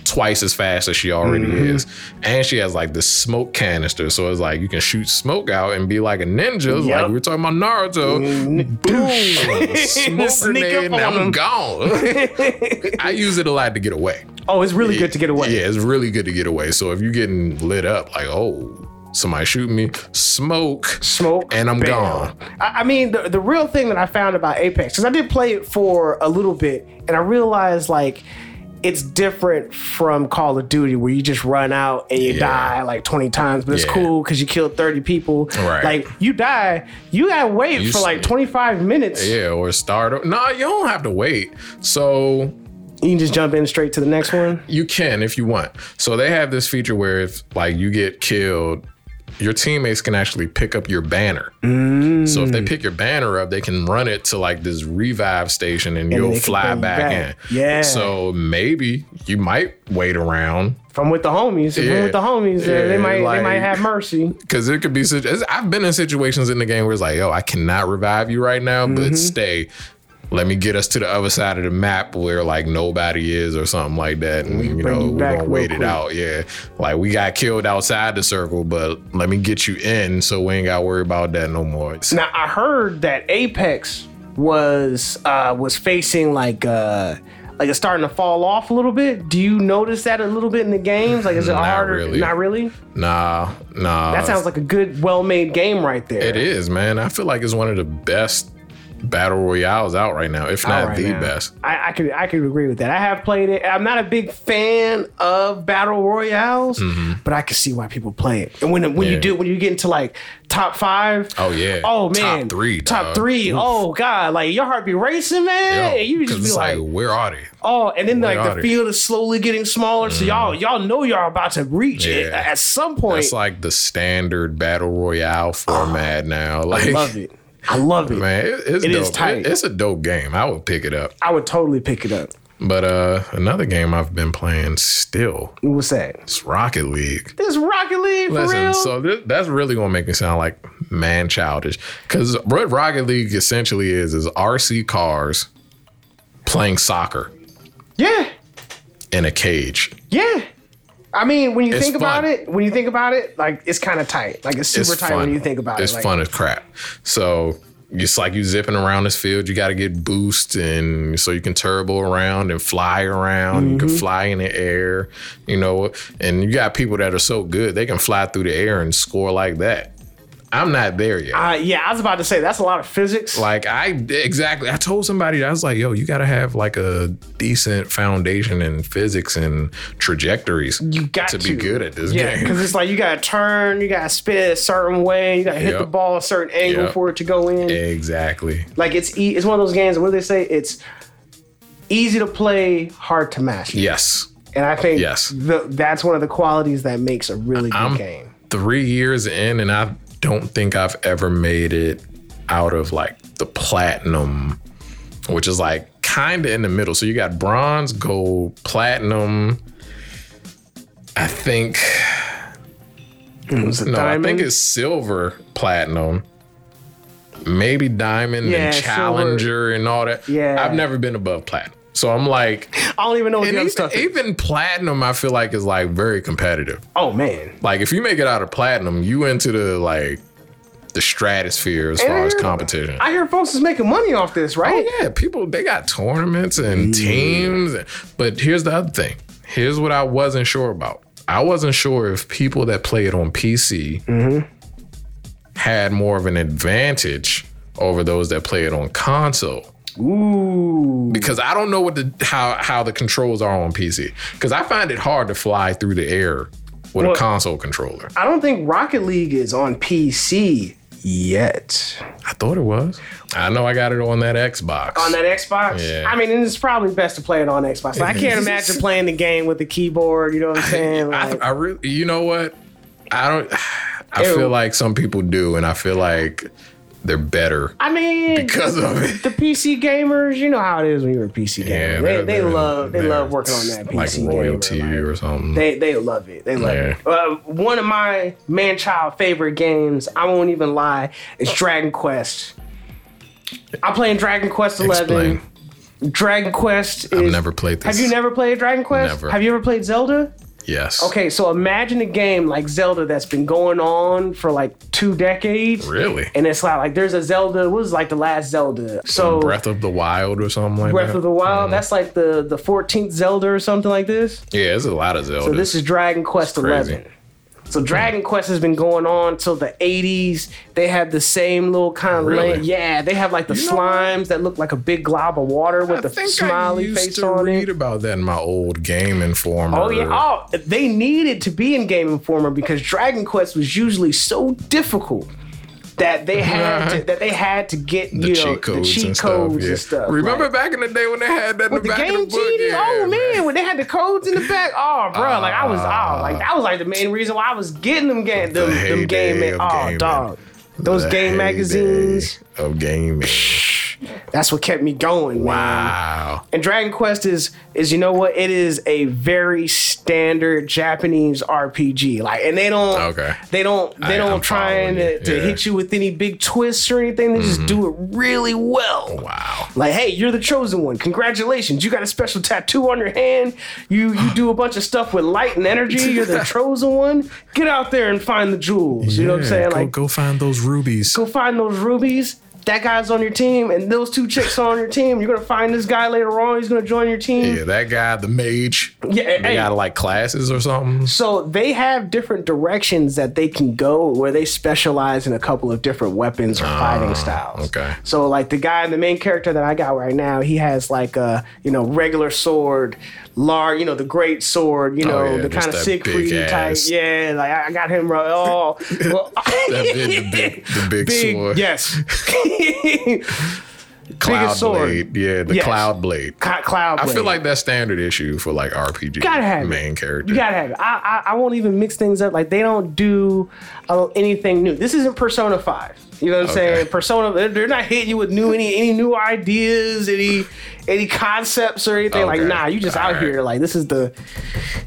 [SPEAKER 3] twice as fast as she already
[SPEAKER 2] Mm-hmm.
[SPEAKER 3] is, and she has like this smoke canister. So it's like you can shoot smoke out and be like a ninja, It's like
[SPEAKER 2] Yep.
[SPEAKER 3] we were talking about Naruto. Boom, smoke
[SPEAKER 2] Mm-hmm. (laughs) Sneak up
[SPEAKER 3] grenade, and
[SPEAKER 2] on
[SPEAKER 3] I'm
[SPEAKER 2] him. (laughs)
[SPEAKER 3] gone. I use it a lot to get away.
[SPEAKER 2] oh, it's really good to get away.
[SPEAKER 3] Yeah, it's really good to get away. So if you're getting lit up, like, oh, somebody shoot me, smoke.
[SPEAKER 2] Smoke
[SPEAKER 3] And I'm
[SPEAKER 2] bam.
[SPEAKER 3] gone.
[SPEAKER 2] I, I mean, the, the real thing that I found about Apex, because I did play it for a little bit, and I realized like it's different from Call of Duty, where you just run out and you
[SPEAKER 3] Yeah.
[SPEAKER 2] die like 20 times, but it's
[SPEAKER 3] Yeah.
[SPEAKER 2] cool because you killed 30 people.
[SPEAKER 3] Right.
[SPEAKER 2] Like you die, you gotta wait
[SPEAKER 3] You
[SPEAKER 2] for
[SPEAKER 3] s-
[SPEAKER 2] like 25 minutes.
[SPEAKER 3] Yeah, or start. o- Nah, you don't have to wait. So
[SPEAKER 2] You can just jump in straight to the next one.
[SPEAKER 3] you can if you want. So they have this feature where if like you get killed, your teammates can actually pick up your banner. So
[SPEAKER 2] Mm.
[SPEAKER 3] if they pick your banner up, they can run it to like this revive station and, you'll
[SPEAKER 2] they can
[SPEAKER 3] fly
[SPEAKER 2] bring you
[SPEAKER 3] back,
[SPEAKER 2] back.
[SPEAKER 3] in.
[SPEAKER 2] Yeah.
[SPEAKER 3] So maybe you might wait around
[SPEAKER 2] From with the homies, if
[SPEAKER 3] Yeah.
[SPEAKER 2] I'm with the homies, uh,
[SPEAKER 3] Yeah,
[SPEAKER 2] they might
[SPEAKER 3] like-
[SPEAKER 2] they might have mercy.
[SPEAKER 3] Because it could be
[SPEAKER 2] Mm-hmm.
[SPEAKER 3] such. I've been in situations in the game where it's like, yo, I cannot revive you right now, but stay. let me get us to the other side of the map where like nobody is or something like that. And you
[SPEAKER 2] bring
[SPEAKER 3] know,
[SPEAKER 2] you
[SPEAKER 3] we're
[SPEAKER 2] back
[SPEAKER 3] gonna
[SPEAKER 2] real
[SPEAKER 3] wait it
[SPEAKER 2] quick.
[SPEAKER 3] out. Yeah. Like we got killed outside the circle, but let me get you in so we ain't gotta worry about that no more. It's-
[SPEAKER 2] Now I heard that Apex was uh was facing like uh like it's starting to fall off a little bit. Do you notice that a little bit in the games? Like is it
[SPEAKER 3] Not
[SPEAKER 2] harder?
[SPEAKER 3] really.
[SPEAKER 2] Not really.
[SPEAKER 3] Nah, nah.
[SPEAKER 2] That sounds like a good, well-made game right there.
[SPEAKER 3] It is, man. I feel like it's one of the best battle royales out right now, if
[SPEAKER 2] All
[SPEAKER 3] not
[SPEAKER 2] right
[SPEAKER 3] the
[SPEAKER 2] now.
[SPEAKER 3] best.
[SPEAKER 2] I, I could I could agree with that. I have played it. I'm not a big fan of battle royales, but I can see why people play it. And when when
[SPEAKER 3] Mm-hmm. Yeah.
[SPEAKER 2] you do when you get into like top five,
[SPEAKER 3] Oh, yeah.
[SPEAKER 2] oh
[SPEAKER 3] Top
[SPEAKER 2] man,
[SPEAKER 3] three,
[SPEAKER 2] top
[SPEAKER 3] dog.
[SPEAKER 2] three. Oh god, like your heart be racing, man.
[SPEAKER 3] Yeah,
[SPEAKER 2] and you
[SPEAKER 3] 'cause
[SPEAKER 2] just be
[SPEAKER 3] it's
[SPEAKER 2] like,
[SPEAKER 3] where are they?
[SPEAKER 2] oh, and then like
[SPEAKER 3] are
[SPEAKER 2] the
[SPEAKER 3] they?
[SPEAKER 2] field is slowly getting smaller, so y'all y'all know y'all about to reach it
[SPEAKER 3] Mm. Yeah.
[SPEAKER 2] at some point.
[SPEAKER 3] That's like the standard battle royale format now.
[SPEAKER 2] (sighs)
[SPEAKER 3] Like,
[SPEAKER 2] I
[SPEAKER 3] (laughs)
[SPEAKER 2] love it. I love it.
[SPEAKER 3] man, it- it's
[SPEAKER 2] It
[SPEAKER 3] dope.
[SPEAKER 2] is tight.
[SPEAKER 3] It- it's a dope game. I would pick it up.
[SPEAKER 2] I would totally pick it up.
[SPEAKER 3] But uh, another game I've been playing still
[SPEAKER 2] What's that?
[SPEAKER 3] is Rocket League.
[SPEAKER 2] This Rocket League for
[SPEAKER 3] Listen,
[SPEAKER 2] real?
[SPEAKER 3] so th- that's really gonna make me sound like man childish, because what Rocket League essentially is is RC cars playing soccer
[SPEAKER 2] yeah.
[SPEAKER 3] in a cage.
[SPEAKER 2] Yeah. I mean, when you
[SPEAKER 3] It's
[SPEAKER 2] think about
[SPEAKER 3] fun.
[SPEAKER 2] it, when you think about it, like it's kind of tight. Like it's super tight when you think about
[SPEAKER 3] it's
[SPEAKER 2] it.
[SPEAKER 3] It's
[SPEAKER 2] Like,
[SPEAKER 3] fun as crap. So it's like you zipping around this field. You got to get boost, and so you can turbo around and fly around. You can
[SPEAKER 2] Mm-hmm.
[SPEAKER 3] fly in the air, you know. And you got people that are so good they can fly through the air and score like that. I'm not there yet.
[SPEAKER 2] Uh, yeah, I was about to say that's a lot of physics.
[SPEAKER 3] like I exactly, I told somebody I was like, "Yo, you gotta have like a decent foundation in physics and trajectories
[SPEAKER 2] you got
[SPEAKER 3] to
[SPEAKER 2] to,
[SPEAKER 3] be good at this
[SPEAKER 2] Yeah,
[SPEAKER 3] game."
[SPEAKER 2] because it's like you got to turn, you got to spin it a certain way, you got to hit the
[SPEAKER 3] Yep.
[SPEAKER 2] ball a certain angle
[SPEAKER 3] Yep.
[SPEAKER 2] for it to go in.
[SPEAKER 3] (laughs) exactly.
[SPEAKER 2] Like it's e- it's one of those games. What do they say? It's easy to play, hard to master.
[SPEAKER 3] Yes.
[SPEAKER 2] And I think
[SPEAKER 3] Yes.
[SPEAKER 2] the, that's one of the qualities that makes a really good game.
[SPEAKER 3] three years in, and I don't think I've ever made it out of like the platinum, which is like kind of in the middle. So you got bronze, gold, platinum. I think
[SPEAKER 2] It's a
[SPEAKER 3] no, I think
[SPEAKER 2] diamond.
[SPEAKER 3] it's silver, platinum, maybe diamond
[SPEAKER 2] Yeah,
[SPEAKER 3] and
[SPEAKER 2] silver.
[SPEAKER 3] challenger and all that.
[SPEAKER 2] Yeah.
[SPEAKER 3] I've never been above platinum. So I'm like,
[SPEAKER 2] I don't even know what the
[SPEAKER 3] and
[SPEAKER 2] other
[SPEAKER 3] even,
[SPEAKER 2] stuff. is.
[SPEAKER 3] even platinum, I feel like is like very competitive.
[SPEAKER 2] oh man,
[SPEAKER 3] Like if you make it out of platinum, you into the like the stratosphere as
[SPEAKER 2] And I
[SPEAKER 3] far as
[SPEAKER 2] hear-
[SPEAKER 3] competition.
[SPEAKER 2] I hear folks is making money off this, right?
[SPEAKER 3] oh yeah, people they got tournaments and teams. But here's the other thing. Here's what I wasn't sure about. I wasn't sure if people that play it on PC
[SPEAKER 2] Mm-hmm.
[SPEAKER 3] had more of an advantage over those that play it on console.
[SPEAKER 2] Ooh.
[SPEAKER 3] Because I don't know what the how how the controls are on PC. Because I find it hard to fly through the air with a
[SPEAKER 2] Well-
[SPEAKER 3] console controller.
[SPEAKER 2] I don't think Rocket League is on PC yet.
[SPEAKER 3] I thought it was. I know I got it on that Xbox.
[SPEAKER 2] On that Xbox?
[SPEAKER 3] Yeah.
[SPEAKER 2] I mean, and it's probably best to play it on Xbox. Like, I
[SPEAKER 3] (laughs)
[SPEAKER 2] can't imagine playing the game with the keyboard, you know what I'm saying?
[SPEAKER 3] I,
[SPEAKER 2] Like,
[SPEAKER 3] I really, you know what? I don't. (sighs) I
[SPEAKER 2] Ew.
[SPEAKER 3] feel like some people do, and I feel like they're better
[SPEAKER 2] I mean,
[SPEAKER 3] because of it.
[SPEAKER 2] the PC gamers, you know how it is when you're a PC gamer.
[SPEAKER 3] Yeah,
[SPEAKER 2] they,
[SPEAKER 3] they're-
[SPEAKER 2] they
[SPEAKER 3] they're-
[SPEAKER 2] love they
[SPEAKER 3] they're
[SPEAKER 2] love working on that PC
[SPEAKER 3] like
[SPEAKER 2] gamer,
[SPEAKER 3] royalty
[SPEAKER 2] like,
[SPEAKER 3] or something.
[SPEAKER 2] They they love it. They love it. Uh, one of my man child favorite games, I won't even lie, is Dragon Quest. I'm playing Dragon Quest 11.
[SPEAKER 3] Explain.
[SPEAKER 2] Dragon Quest is.
[SPEAKER 3] I've never played this.
[SPEAKER 2] Have you never played Dragon Quest?
[SPEAKER 3] Never.
[SPEAKER 2] Have you ever played Zelda?
[SPEAKER 3] Yes.
[SPEAKER 2] Okay, so imagine a game like Zelda that's been going on for like two decades.
[SPEAKER 3] Really?
[SPEAKER 2] And it's like, like there's a Zelda. What was like the last Zelda? So Breath,
[SPEAKER 3] Breath of the Wild or something like that.
[SPEAKER 2] of the Wild. That's like the the 14th Zelda or something like this.
[SPEAKER 3] yeah, there's a lot of Zelda.
[SPEAKER 2] So this is Dragon Quest
[SPEAKER 3] crazy.
[SPEAKER 2] 11. So Dragon Quest has been going on till the 80s. They have the same little kind of
[SPEAKER 3] Really?
[SPEAKER 2] land. Yeah, they have like the
[SPEAKER 3] You know what?
[SPEAKER 2] slimes that look like a big glob of water with
[SPEAKER 3] I
[SPEAKER 2] a
[SPEAKER 3] think I
[SPEAKER 2] smiley
[SPEAKER 3] used
[SPEAKER 2] face
[SPEAKER 3] to
[SPEAKER 2] on it.
[SPEAKER 3] read about that in my old Game Informer.
[SPEAKER 2] Oh yeah! Oh, they needed to be in Game Informer because Dragon Quest was usually so difficult that they had
[SPEAKER 3] (laughs)
[SPEAKER 2] to, that they had to get
[SPEAKER 3] The
[SPEAKER 2] you know
[SPEAKER 3] cheat codes
[SPEAKER 2] the cheat
[SPEAKER 3] and
[SPEAKER 2] codes
[SPEAKER 3] stuff. yeah.
[SPEAKER 2] and stuff.
[SPEAKER 3] Remember
[SPEAKER 2] like-
[SPEAKER 3] back in the day when they had that in the,
[SPEAKER 2] the
[SPEAKER 3] back
[SPEAKER 2] game
[SPEAKER 3] of the book?
[SPEAKER 2] cheating.
[SPEAKER 3] Yeah,
[SPEAKER 2] oh man. when they had the codes in the back. Oh, bro, like I was, oh, like that was like the main reason why I was getting them game, them, them
[SPEAKER 3] heyday
[SPEAKER 2] game, ma-
[SPEAKER 3] of
[SPEAKER 2] oh,
[SPEAKER 3] gaming.
[SPEAKER 2] dog, those
[SPEAKER 3] The Oh,
[SPEAKER 2] game
[SPEAKER 3] heyday
[SPEAKER 2] magazines.
[SPEAKER 3] of gaming.
[SPEAKER 2] That's what kept me going. man.
[SPEAKER 3] Wow.
[SPEAKER 2] And Dragon Quest is is you know what? It is a very standard Japanese RPG. Like, and they don't
[SPEAKER 3] Okay.
[SPEAKER 2] they don't they
[SPEAKER 3] I-
[SPEAKER 2] don't
[SPEAKER 3] I'm
[SPEAKER 2] try and
[SPEAKER 3] following you.
[SPEAKER 2] to, to
[SPEAKER 3] Yeah. Mm-hmm.
[SPEAKER 2] hit you with any big twists or anything. They just do it really well.
[SPEAKER 3] Wow.
[SPEAKER 2] Like, hey, you're the chosen one. Congratulations. You got a special tattoo on your hand. You you do a bunch of stuff with light and energy. You're
[SPEAKER 3] (laughs)
[SPEAKER 2] the chosen one. Get out there and find the jewels. You know what I'm
[SPEAKER 3] Yeah,
[SPEAKER 2] saying?
[SPEAKER 3] Go,
[SPEAKER 2] like
[SPEAKER 3] go find those rubies.
[SPEAKER 2] go find those rubies. That guy's on your team, and those two chicks are on your team. You're gonna find this guy later on. He's gonna join your team.
[SPEAKER 3] Yeah, that guy, the mage.
[SPEAKER 2] Yeah,
[SPEAKER 3] they
[SPEAKER 2] hey.
[SPEAKER 3] got like classes or something.
[SPEAKER 2] So they have different directions that they can go where they specialize in a couple of different weapons or fighting styles.
[SPEAKER 3] Ah, okay.
[SPEAKER 2] So like the guy, the main character that I got right now, he has like a you know regular sword, large you know the great sword, you know
[SPEAKER 3] Oh, yeah,
[SPEAKER 2] the
[SPEAKER 3] just
[SPEAKER 2] kind of
[SPEAKER 3] that
[SPEAKER 2] Siegfried
[SPEAKER 3] big
[SPEAKER 2] type.
[SPEAKER 3] ass.
[SPEAKER 2] Yeah, like I I got him right.
[SPEAKER 3] (laughs)
[SPEAKER 2] Oh, well,
[SPEAKER 3] That big, the big, the
[SPEAKER 2] (laughs)
[SPEAKER 3] big, sword.
[SPEAKER 2] yes,
[SPEAKER 3] cloud
[SPEAKER 2] biggest sword.
[SPEAKER 3] blade. Yeah, the
[SPEAKER 2] Yes.
[SPEAKER 3] cloud blade.
[SPEAKER 2] Cloud. Cloud
[SPEAKER 3] I feel
[SPEAKER 2] Blade.
[SPEAKER 3] like that's standard issue for like RPG
[SPEAKER 2] gotta have it.
[SPEAKER 3] main character.
[SPEAKER 2] You gotta have it. I, I I won't even mix things up. Like they don't do uh, anything new. This isn't Persona Five. You know what I'm
[SPEAKER 3] Okay.
[SPEAKER 2] saying? Persona. They're, they're not hitting you with new any any new ideas, any any concepts or anything. Like
[SPEAKER 3] Okay.
[SPEAKER 2] nah, you just out
[SPEAKER 3] Alright.
[SPEAKER 2] here. Like this is the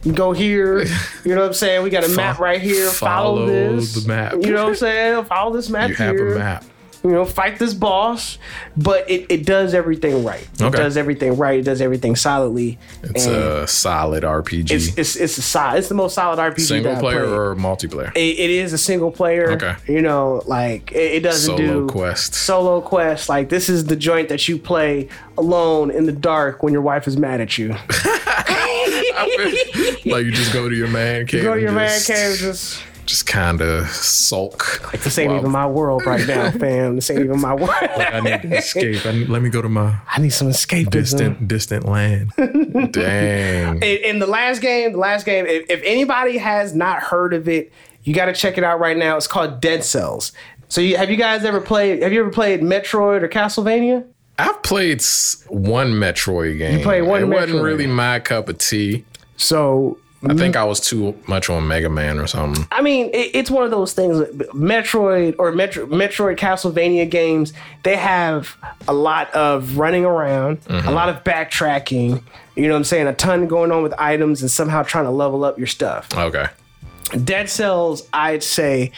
[SPEAKER 2] you go here. You know what I'm saying? We got a
[SPEAKER 3] Fo-
[SPEAKER 2] map right here. Follow,
[SPEAKER 3] follow
[SPEAKER 2] this.
[SPEAKER 3] the map.
[SPEAKER 2] You know what I'm saying? Follow this map
[SPEAKER 3] you have
[SPEAKER 2] here
[SPEAKER 3] a map.
[SPEAKER 2] you know, fight this boss, but it, it does everything right. It
[SPEAKER 3] Okay.
[SPEAKER 2] does everything right. It does everything solidly.
[SPEAKER 3] It's
[SPEAKER 2] and
[SPEAKER 3] a solid RPG.
[SPEAKER 2] it's it's it's a solid. It's the most solid RPG.
[SPEAKER 3] Single
[SPEAKER 2] that I
[SPEAKER 3] player
[SPEAKER 2] played.
[SPEAKER 3] or multiplayer?
[SPEAKER 2] It, it is a single player.
[SPEAKER 3] Okay.
[SPEAKER 2] You know, like it, it doesn't
[SPEAKER 3] Solo
[SPEAKER 2] do
[SPEAKER 3] quest.
[SPEAKER 2] Solo quest. Like this is the joint that you play alone in the dark when your wife is mad at
[SPEAKER 3] (laughs)
[SPEAKER 2] you.
[SPEAKER 3] like you just go to
[SPEAKER 2] (laughs)
[SPEAKER 3] your man cave.
[SPEAKER 2] Go to your
[SPEAKER 3] and
[SPEAKER 2] man
[SPEAKER 3] just,
[SPEAKER 2] cave, just
[SPEAKER 3] Just kind of sulk. Like
[SPEAKER 2] this ain't even my world right
[SPEAKER 3] (laughs)
[SPEAKER 2] now, fam. This ain't even my world. (laughs)
[SPEAKER 3] I need to escape. I need, let me go to my
[SPEAKER 2] I need some escapism.
[SPEAKER 3] distant,
[SPEAKER 2] (laughs)
[SPEAKER 3] distant land. Dang.
[SPEAKER 2] in, in the last game, the last game, if, if anybody has not heard of it, you got to check it out right now. It's called Dead Cells. So you, have you guys ever played? Have you ever played Metroid or Castlevania?
[SPEAKER 3] I've played s- one Metroid game. You
[SPEAKER 2] played one Metroid.
[SPEAKER 3] It
[SPEAKER 2] Mm-hmm.
[SPEAKER 3] wasn't really my cup of tea.
[SPEAKER 2] So
[SPEAKER 3] I think I was too much on Mega Man or something.
[SPEAKER 2] I mean, it, it's one of those things. Metroid or Metro, Metroid Castlevania games, they have a lot of running around, a lot of backtracking. You know what I'm saying? A ton going on with items and somehow trying to level up your stuff.
[SPEAKER 3] Okay.
[SPEAKER 2] Dead Cells, I'd say,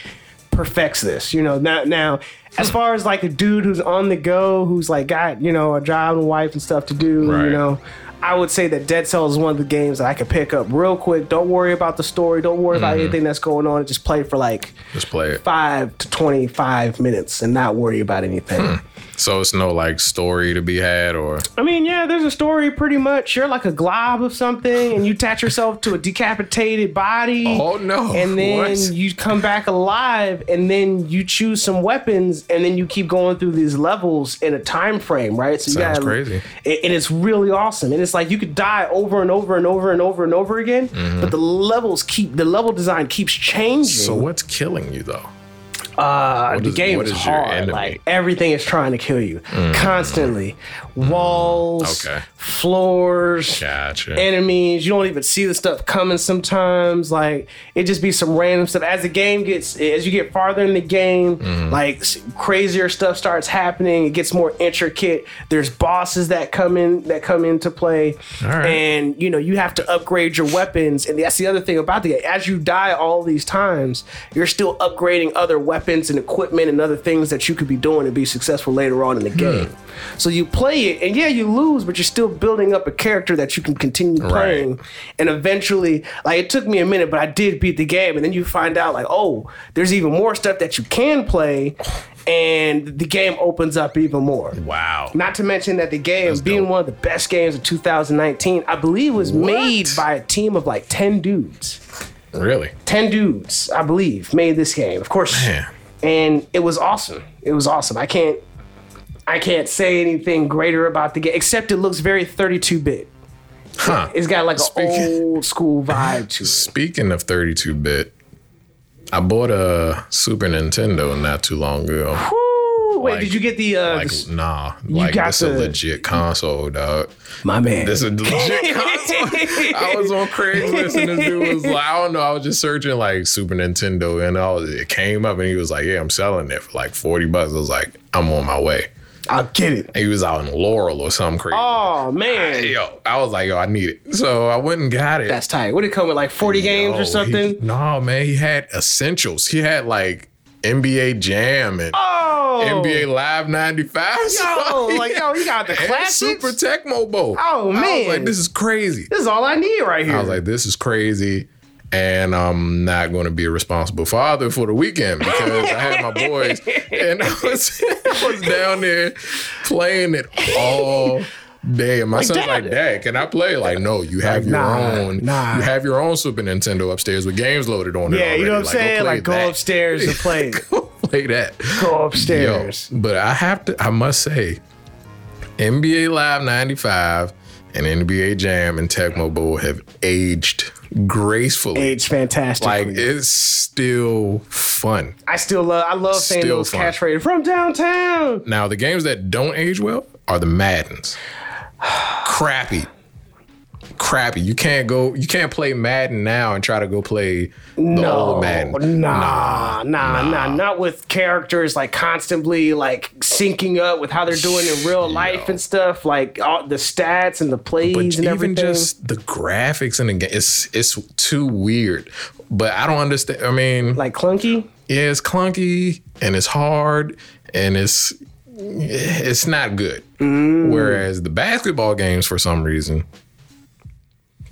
[SPEAKER 2] perfects this. You know, now, now as far as like a dude who's on the go, who's like got, you know, a job and wife and stuff to do, you
[SPEAKER 3] Right.
[SPEAKER 2] know, I would say that Dead Cells is one of the games that I could pick up real quick. Don't worry about the story. Don't worry about anything that's going on. Just play for like
[SPEAKER 3] Just play it.
[SPEAKER 2] five to 25 minutes and not worry about anything.
[SPEAKER 3] So it's no like story to be had or
[SPEAKER 2] I mean, yeah, there's a story pretty much. You're like a glob of something and you attach yourself to a decapitated body.
[SPEAKER 3] Oh, no.
[SPEAKER 2] And then
[SPEAKER 3] What?
[SPEAKER 2] you come back alive and then you choose some weapons and then you keep going through these levels in a time frame, right? So
[SPEAKER 3] Sounds
[SPEAKER 2] you gotta,
[SPEAKER 3] crazy.
[SPEAKER 2] And and it's really awesome. And it's like you could die over and over and over and over and over again,
[SPEAKER 3] Mm-hmm.
[SPEAKER 2] but the levels keep the level design keeps changing.
[SPEAKER 3] So what's killing you though?
[SPEAKER 2] Uh, the
[SPEAKER 3] is-
[SPEAKER 2] game
[SPEAKER 3] what
[SPEAKER 2] is,
[SPEAKER 3] is your
[SPEAKER 2] hard.
[SPEAKER 3] enemy? Mm.
[SPEAKER 2] Like everything is trying to kill you constantly. Walls,
[SPEAKER 3] Okay.
[SPEAKER 2] floors,
[SPEAKER 3] Gotcha.
[SPEAKER 2] enemies. You don't even see the stuff coming sometimes. Like it just be some random stuff. As the game gets, as you get farther in the game,
[SPEAKER 3] Mm-hmm.
[SPEAKER 2] like s- crazier stuff starts happening. It gets more intricate. There's bosses that come in that come into play,
[SPEAKER 3] right.
[SPEAKER 2] and you know you have to upgrade your weapons. And that's the other thing about the game. As you die all these times, you're still upgrading other weapons and equipment and other things that you could be doing to be successful later on in the game. So you play it, and yeah, you lose, but you're still building up a character that you can continue playing. And eventually, like it took me a minute, but I did beat the game. And then you find out, like, oh, there's even more stuff that you can play, and the game opens up even more.
[SPEAKER 3] wow.
[SPEAKER 2] Not to mention that the game, being one of the best games of 2019, I believe was made by a team of like 10 dudes.
[SPEAKER 3] Really?
[SPEAKER 2] 10 dudes, I believe, made this game. Of course.
[SPEAKER 3] Man.
[SPEAKER 2] And it was awesome. It was awesome. I can't I can't say anything greater about the game except it looks very 32-bit.
[SPEAKER 3] Huh.
[SPEAKER 2] It's got like an
[SPEAKER 3] Speaking-
[SPEAKER 2] old school vibe to
[SPEAKER 3] (laughs)
[SPEAKER 2] it.
[SPEAKER 3] Speaking of 32 bit, I bought a Super Nintendo not too long ago.
[SPEAKER 2] Woo! Wait,
[SPEAKER 3] Like-
[SPEAKER 2] did you get the uh
[SPEAKER 3] Like,
[SPEAKER 2] the-
[SPEAKER 3] nah. Like,
[SPEAKER 2] got
[SPEAKER 3] this
[SPEAKER 2] the-
[SPEAKER 3] a legit console, dog.
[SPEAKER 2] my man? (laughs)
[SPEAKER 3] This is a legit console. I was on Craigslist and this dude was like, I don't know. I was just searching like Super Nintendo and all. It came up and he was like, Yeah, I'm selling it for like 40 bucks. I was like, I'm on my way.
[SPEAKER 2] I'll get it.
[SPEAKER 3] He was out in Laurel or something crazy.
[SPEAKER 2] Oh man,
[SPEAKER 3] Yo, I was like, yo, I need it. So I went and got it.
[SPEAKER 2] that's tight. Would it come with like forty games
[SPEAKER 3] Yo,
[SPEAKER 2] or something?
[SPEAKER 3] He, no, man, he had essentials. He had like NBA Jam and
[SPEAKER 2] oh,
[SPEAKER 3] NBA Live 95.
[SPEAKER 2] Yo, like yo, you got the
[SPEAKER 3] (laughs) and
[SPEAKER 2] classics.
[SPEAKER 3] Super Tecmo Bowl.
[SPEAKER 2] Oh,
[SPEAKER 3] I was
[SPEAKER 2] man.
[SPEAKER 3] like, this is crazy.
[SPEAKER 2] this is all I need right here.
[SPEAKER 3] I was like, this is crazy. And I'm not going to be a responsible father for the weekend because I had my
[SPEAKER 2] (laughs)
[SPEAKER 3] boys and I was, (laughs) I was down there playing it all day. And my son's
[SPEAKER 2] "Dad."
[SPEAKER 3] like, Dad, can I play? Like, no, you have your
[SPEAKER 2] nah,
[SPEAKER 3] own.
[SPEAKER 2] nah.
[SPEAKER 3] You have your own Super Nintendo upstairs with games loaded on it.
[SPEAKER 2] yeah, you know what I'm
[SPEAKER 3] already.
[SPEAKER 2] saying? like go
[SPEAKER 3] play
[SPEAKER 2] upstairs and play.
[SPEAKER 3] that. Go (laughs) play that.
[SPEAKER 2] go
[SPEAKER 3] Yo,
[SPEAKER 2] upstairs.
[SPEAKER 3] but I have to. I must say, NBA Live '95 and NBA Jam and Tecmo Bowl have aged gracefully.
[SPEAKER 2] Age fantastic.
[SPEAKER 3] Like it's still fun.
[SPEAKER 2] I still love. I love saying
[SPEAKER 3] Still
[SPEAKER 2] those
[SPEAKER 3] fun.
[SPEAKER 2] catchphrases from downtown.
[SPEAKER 3] Now the games that don't age well are the Maddens. (sighs) Crappy. Crappy. You can't go. You can't play Madden now and try to go play the old Madden.
[SPEAKER 2] Nah, nah, nah, Not with characters like constantly like syncing up with how they're doing in real life and stuff. Like all the stats and the plays
[SPEAKER 3] but
[SPEAKER 2] and
[SPEAKER 3] even
[SPEAKER 2] everything.
[SPEAKER 3] just the graphics in the game, it's it's too weird. But I don't understand. I mean,
[SPEAKER 2] like clunky.
[SPEAKER 3] yeah, it's clunky and it's hard and it's it's not good.
[SPEAKER 2] Mm.
[SPEAKER 3] Whereas the basketball games, for some reason,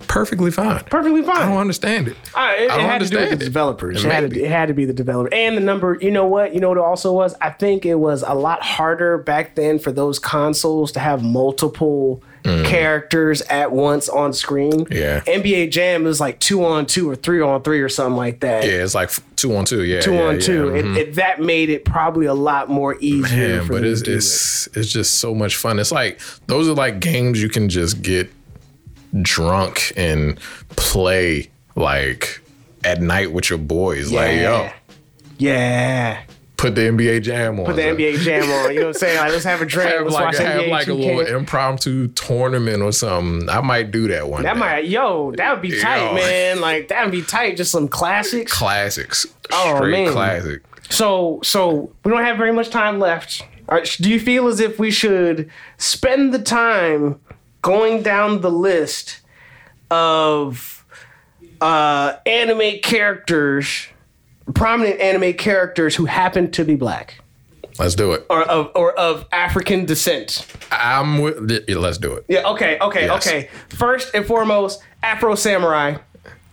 [SPEAKER 3] perfectly fine.
[SPEAKER 2] Perfectly fine.
[SPEAKER 3] I don't understand it.
[SPEAKER 2] I, it,
[SPEAKER 3] I don't
[SPEAKER 2] it had to do with the
[SPEAKER 3] understand it.
[SPEAKER 2] developers.
[SPEAKER 3] It
[SPEAKER 2] It, had
[SPEAKER 3] may
[SPEAKER 2] to,
[SPEAKER 3] be.
[SPEAKER 2] it had to be the developer and the number. You know what? You know what it also was. I think it was a lot harder back then for those consoles to have multiple characters at once on screen.
[SPEAKER 3] Mm. Yeah.
[SPEAKER 2] NBA Jam was like two on two or three on three or something like that.
[SPEAKER 3] Yeah, it's like two on two. Yeah,
[SPEAKER 2] Two
[SPEAKER 3] yeah,
[SPEAKER 2] on
[SPEAKER 3] yeah. mm-hmm.
[SPEAKER 2] two. It, it, that made it probably a lot more easier.
[SPEAKER 3] Yeah,
[SPEAKER 2] for
[SPEAKER 3] but
[SPEAKER 2] them
[SPEAKER 3] it's
[SPEAKER 2] to do it.
[SPEAKER 3] it's it's just so much fun. It's like those are like games you can just get drunk and play like at night with your boys. Like yo,
[SPEAKER 2] yeah.
[SPEAKER 3] put the NBA Jam on.
[SPEAKER 2] Put the NBA Jam on. You know what I'm saying? Like, let's
[SPEAKER 3] (laughs)
[SPEAKER 2] have a drink.
[SPEAKER 3] Have
[SPEAKER 2] let's
[SPEAKER 3] like,
[SPEAKER 2] watch
[SPEAKER 3] have
[SPEAKER 2] NBA
[SPEAKER 3] like a
[SPEAKER 2] 2K.
[SPEAKER 3] little impromptu tournament or something. I might do that one.
[SPEAKER 2] That
[SPEAKER 3] day.
[SPEAKER 2] might, yo, that would be tight,
[SPEAKER 3] Yo.
[SPEAKER 2] man. Like that would be tight. Just some classics.
[SPEAKER 3] classics.
[SPEAKER 2] Oh,
[SPEAKER 3] Straight
[SPEAKER 2] man.
[SPEAKER 3] classic.
[SPEAKER 2] So, so we don't have very much time left. All right, do you feel as if we should spend the time going down the list of uh, anime characters, prominent anime characters who happen to be black
[SPEAKER 3] Let's do it.
[SPEAKER 2] or of or of African descent?
[SPEAKER 3] I'm with. yeah, Let's do it.
[SPEAKER 2] Yeah. Okay. Okay.
[SPEAKER 3] Yes.
[SPEAKER 2] Okay. First and foremost, Afro Samurai.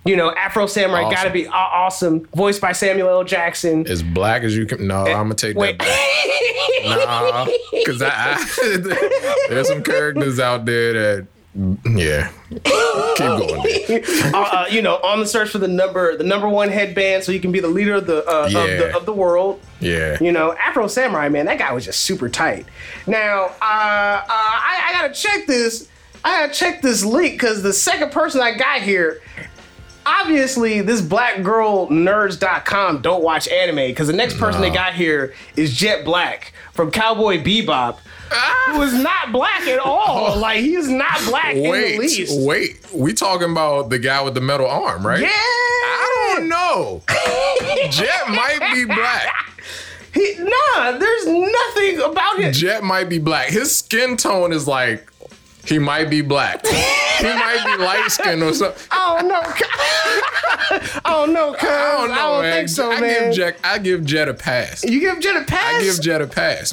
[SPEAKER 2] You know, Afro Samurai
[SPEAKER 3] Awesome.
[SPEAKER 2] got to be aw- awesome. Voiced by Samuel L. Jackson.
[SPEAKER 3] As black as you can. No, I'm gonna take
[SPEAKER 2] Eh, Wait.
[SPEAKER 3] that back.
[SPEAKER 2] (laughs)
[SPEAKER 3] Nah, because I, I (laughs) there's some characters out there that yeah. Keep going.
[SPEAKER 2] (laughs)
[SPEAKER 3] Dude.
[SPEAKER 2] uh, uh, you know, on the search for the number, the number one headband, so you can be the leader of the uh, of
[SPEAKER 3] Yeah.
[SPEAKER 2] the of the world.
[SPEAKER 3] Yeah.
[SPEAKER 2] You know, Afro Samurai, man, that guy was just super tight. Now, uh, uh, I, I gotta check this. I gotta check this link because the second person I got here, obviously, this black girl nerds.com don't watch anime because the next person they got here is Jet Black from Cowboy Bebop, who is not black at
[SPEAKER 3] (laughs)
[SPEAKER 2] all. Like, he's not black in the
[SPEAKER 3] Ah. Wait,
[SPEAKER 2] least.
[SPEAKER 3] wait. We talking about the guy with the metal arm, right?
[SPEAKER 2] Yeah.
[SPEAKER 3] I don't know.
[SPEAKER 2] (laughs)
[SPEAKER 3] Jet might be black.
[SPEAKER 2] He, nah, there's nothing about him.
[SPEAKER 3] Jet might be black. His skin tone is like he might be black. he might be light skinned or something.
[SPEAKER 2] I don't know. c- (laughs) I don't know, cuz.
[SPEAKER 3] I don't know. man.
[SPEAKER 2] think so,
[SPEAKER 3] I
[SPEAKER 2] man.
[SPEAKER 3] Give Jet, I give Jet a pass.
[SPEAKER 2] you give Jet a pass?
[SPEAKER 3] I give Jet a pass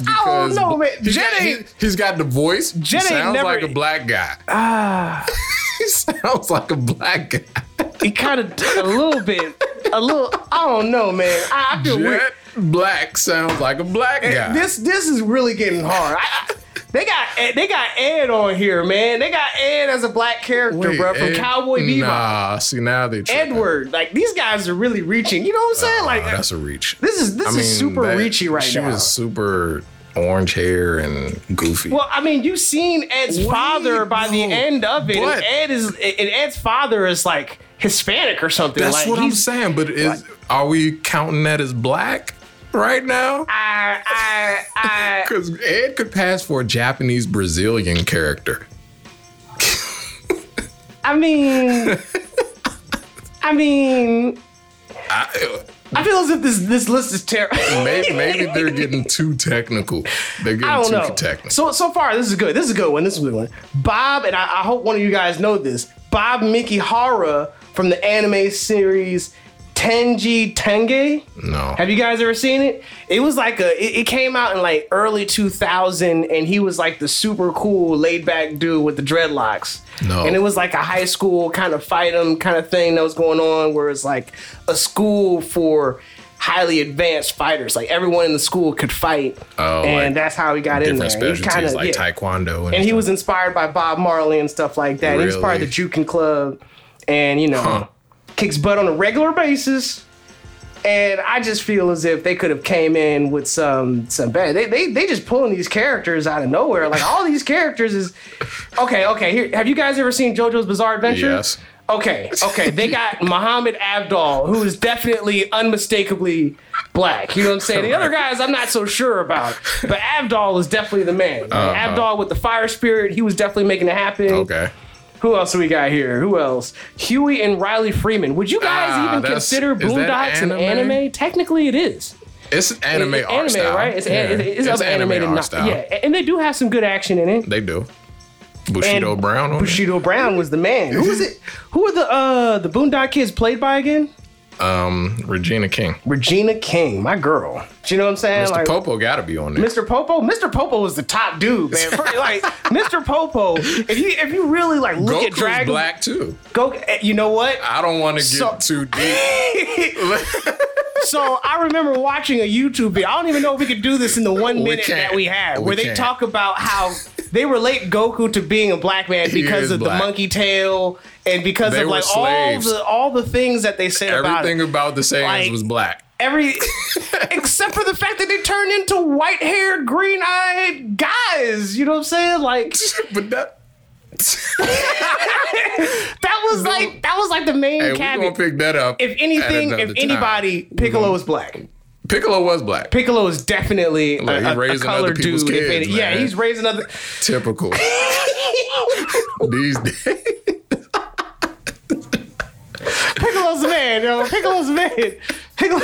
[SPEAKER 2] don't
[SPEAKER 3] because
[SPEAKER 2] know, man.
[SPEAKER 3] he's
[SPEAKER 2] Jet
[SPEAKER 3] got-
[SPEAKER 2] ain't-
[SPEAKER 3] he, has got the voice.
[SPEAKER 2] Jet
[SPEAKER 3] he
[SPEAKER 2] ain't
[SPEAKER 3] sounds
[SPEAKER 2] never-
[SPEAKER 3] like a
[SPEAKER 2] (sighs)
[SPEAKER 3] black guy. Ah. he sounds like a black guy.
[SPEAKER 2] he kind of a little bit. A little. I don't know, man. I, I feel weird.
[SPEAKER 3] Jet Black sounds like a black guy.
[SPEAKER 2] This this is really getting hard. I, I, they got Ed- they got Ed on here, man. They got Ed as a black character,
[SPEAKER 3] Wait,
[SPEAKER 2] bro, from
[SPEAKER 3] Ed-
[SPEAKER 2] Cowboy Bebop.
[SPEAKER 3] Nah, see now they tripping.
[SPEAKER 2] Edward, like these guys are really reaching. You know what I'm saying? like
[SPEAKER 3] Nah, that's a reach.
[SPEAKER 2] this is this
[SPEAKER 3] I
[SPEAKER 2] is
[SPEAKER 3] mean,
[SPEAKER 2] super
[SPEAKER 3] that-
[SPEAKER 2] reachy right
[SPEAKER 3] She
[SPEAKER 2] now.
[SPEAKER 3] was super orange hair and goofy.
[SPEAKER 2] Well, I mean, you've seen Ed's
[SPEAKER 3] What?
[SPEAKER 2] father by the
[SPEAKER 3] No.
[SPEAKER 2] end of it. and
[SPEAKER 3] But-
[SPEAKER 2] Ed is, and Ed's father is like Hispanic or something.
[SPEAKER 3] That's
[SPEAKER 2] like,
[SPEAKER 3] what I'm
[SPEAKER 2] he's-
[SPEAKER 3] saying. But is are we counting that as black
[SPEAKER 2] (laughs)
[SPEAKER 3] right now?
[SPEAKER 2] I, I, I,
[SPEAKER 3] Because Ed could pass for a Japanese Brazilian character. (laughs)
[SPEAKER 2] I mean, I mean,
[SPEAKER 3] I,
[SPEAKER 2] I feel as if this this list is (laughs) terrible.
[SPEAKER 3] Maybe, maybe
[SPEAKER 2] (laughs)
[SPEAKER 3] they're getting too technical. They're getting
[SPEAKER 2] I don't
[SPEAKER 3] too
[SPEAKER 2] know.
[SPEAKER 3] technical.
[SPEAKER 2] So so far, this is good. This is a good one. This is a good one. Bob and I, I hope one of you guys know this. Bob Mikihara from the anime series Tenji Tenge.
[SPEAKER 3] no.
[SPEAKER 2] Have you guys ever seen it? It was like a. It, it came out in like early 2000, and he was like the super cool, laid back dude with the dreadlocks.
[SPEAKER 3] No.
[SPEAKER 2] And it was like a high school kind of fight 'em kind of thing that was going on, where it's like a school for highly advanced fighters. Like everyone in the school could fight,
[SPEAKER 3] Oh,
[SPEAKER 2] and
[SPEAKER 3] like
[SPEAKER 2] that's how he got in there.
[SPEAKER 3] different
[SPEAKER 2] He
[SPEAKER 3] specialties
[SPEAKER 2] kinda-
[SPEAKER 3] like
[SPEAKER 2] yeah.
[SPEAKER 3] taekwondo and,
[SPEAKER 2] And he
[SPEAKER 3] stuff.
[SPEAKER 2] was inspired by Bob Marley and stuff like that. He was part of the Jukin Club, and you know, kicks butt on a regular basis. And I just feel as if they could have came in with some some bad. They they they just pulling these characters out of nowhere. Like all these characters is okay. Okay, here have you guys ever seen JoJo's Bizarre Adventure?
[SPEAKER 3] Yes.
[SPEAKER 2] Okay, okay. They
[SPEAKER 3] (laughs)
[SPEAKER 2] got Muhammad Abdal, who is definitely unmistakably black. You know what I'm saying? The other guys, I'm not so sure about, but Abdal is definitely the man. Abdal with the fire spirit, he was definitely making it happen.
[SPEAKER 3] Uh-huh. Okay.
[SPEAKER 2] Who else do we got here? Who else? Huey and Riley Freeman. Would you guys
[SPEAKER 3] Ah,
[SPEAKER 2] even
[SPEAKER 3] that's-
[SPEAKER 2] consider
[SPEAKER 3] is that
[SPEAKER 2] Boondocks an
[SPEAKER 3] anime?
[SPEAKER 2] anime? Technically, it is.
[SPEAKER 3] It's an anime
[SPEAKER 2] It's
[SPEAKER 3] art style.
[SPEAKER 2] right? It's,
[SPEAKER 3] yeah.
[SPEAKER 2] an, it's, of animated
[SPEAKER 3] art
[SPEAKER 2] no-
[SPEAKER 3] style.
[SPEAKER 2] Yeah, and they do have some good action in it.
[SPEAKER 3] They do. Bushido
[SPEAKER 2] And
[SPEAKER 3] Brown on Bushido.
[SPEAKER 2] Bushido Brown was the man. Who was it? Who were the uh the Boondock Kids played by again?
[SPEAKER 3] Um, Regina King.
[SPEAKER 2] Regina King, my girl. Do you know what I'm saying?
[SPEAKER 3] Mr.
[SPEAKER 2] Like,
[SPEAKER 3] Popo got to be on there.
[SPEAKER 2] Mr. Popo, Mr. Popo was the top dude, man. For- like
[SPEAKER 3] (laughs)
[SPEAKER 2] Mr. Popo, if you if you really like look at
[SPEAKER 3] Goku's
[SPEAKER 2] Dragon
[SPEAKER 3] black too.
[SPEAKER 2] Go, eh, you know what?
[SPEAKER 3] I don't want to get
[SPEAKER 2] So-
[SPEAKER 3] too deep.
[SPEAKER 2] (laughs) so I remember watching a YouTube video. I don't even know if we could do this in the one minute that
[SPEAKER 3] can't.
[SPEAKER 2] we have,
[SPEAKER 3] We
[SPEAKER 2] where they
[SPEAKER 3] can't.
[SPEAKER 2] talk about how they relate Goku to being a black man
[SPEAKER 3] He
[SPEAKER 2] because
[SPEAKER 3] is
[SPEAKER 2] of
[SPEAKER 3] black.
[SPEAKER 2] the monkey tail and because
[SPEAKER 3] They
[SPEAKER 2] of
[SPEAKER 3] were
[SPEAKER 2] like all
[SPEAKER 3] slaves.
[SPEAKER 2] the all the things that they said (laughs) about it.
[SPEAKER 3] Everything about the Saiyans
[SPEAKER 2] Like-
[SPEAKER 3] was black. (laughs)
[SPEAKER 2] every except for the fact that they turned into white-haired, green-eyed guys. You know what I'm saying? Like
[SPEAKER 3] but that.
[SPEAKER 2] that was like that was like the main
[SPEAKER 3] Hey, we're gonna
[SPEAKER 2] caveat.
[SPEAKER 3] pick that up.
[SPEAKER 2] if
[SPEAKER 3] at
[SPEAKER 2] anything,
[SPEAKER 3] another
[SPEAKER 2] if
[SPEAKER 3] time.
[SPEAKER 2] anybody, Piccolo is black.
[SPEAKER 3] Piccolo was black.
[SPEAKER 2] Piccolo is definitely
[SPEAKER 3] Like,
[SPEAKER 2] a,
[SPEAKER 3] he's
[SPEAKER 2] a- a,
[SPEAKER 3] raising other
[SPEAKER 2] colored
[SPEAKER 3] people's
[SPEAKER 2] dude. if
[SPEAKER 3] kids,
[SPEAKER 2] any- yeah,
[SPEAKER 3] man.
[SPEAKER 2] he's raising other.
[SPEAKER 3] Typical these days.
[SPEAKER 2] (laughs) Piccolo's a man, yo. Piccolo's a man. Piccolo.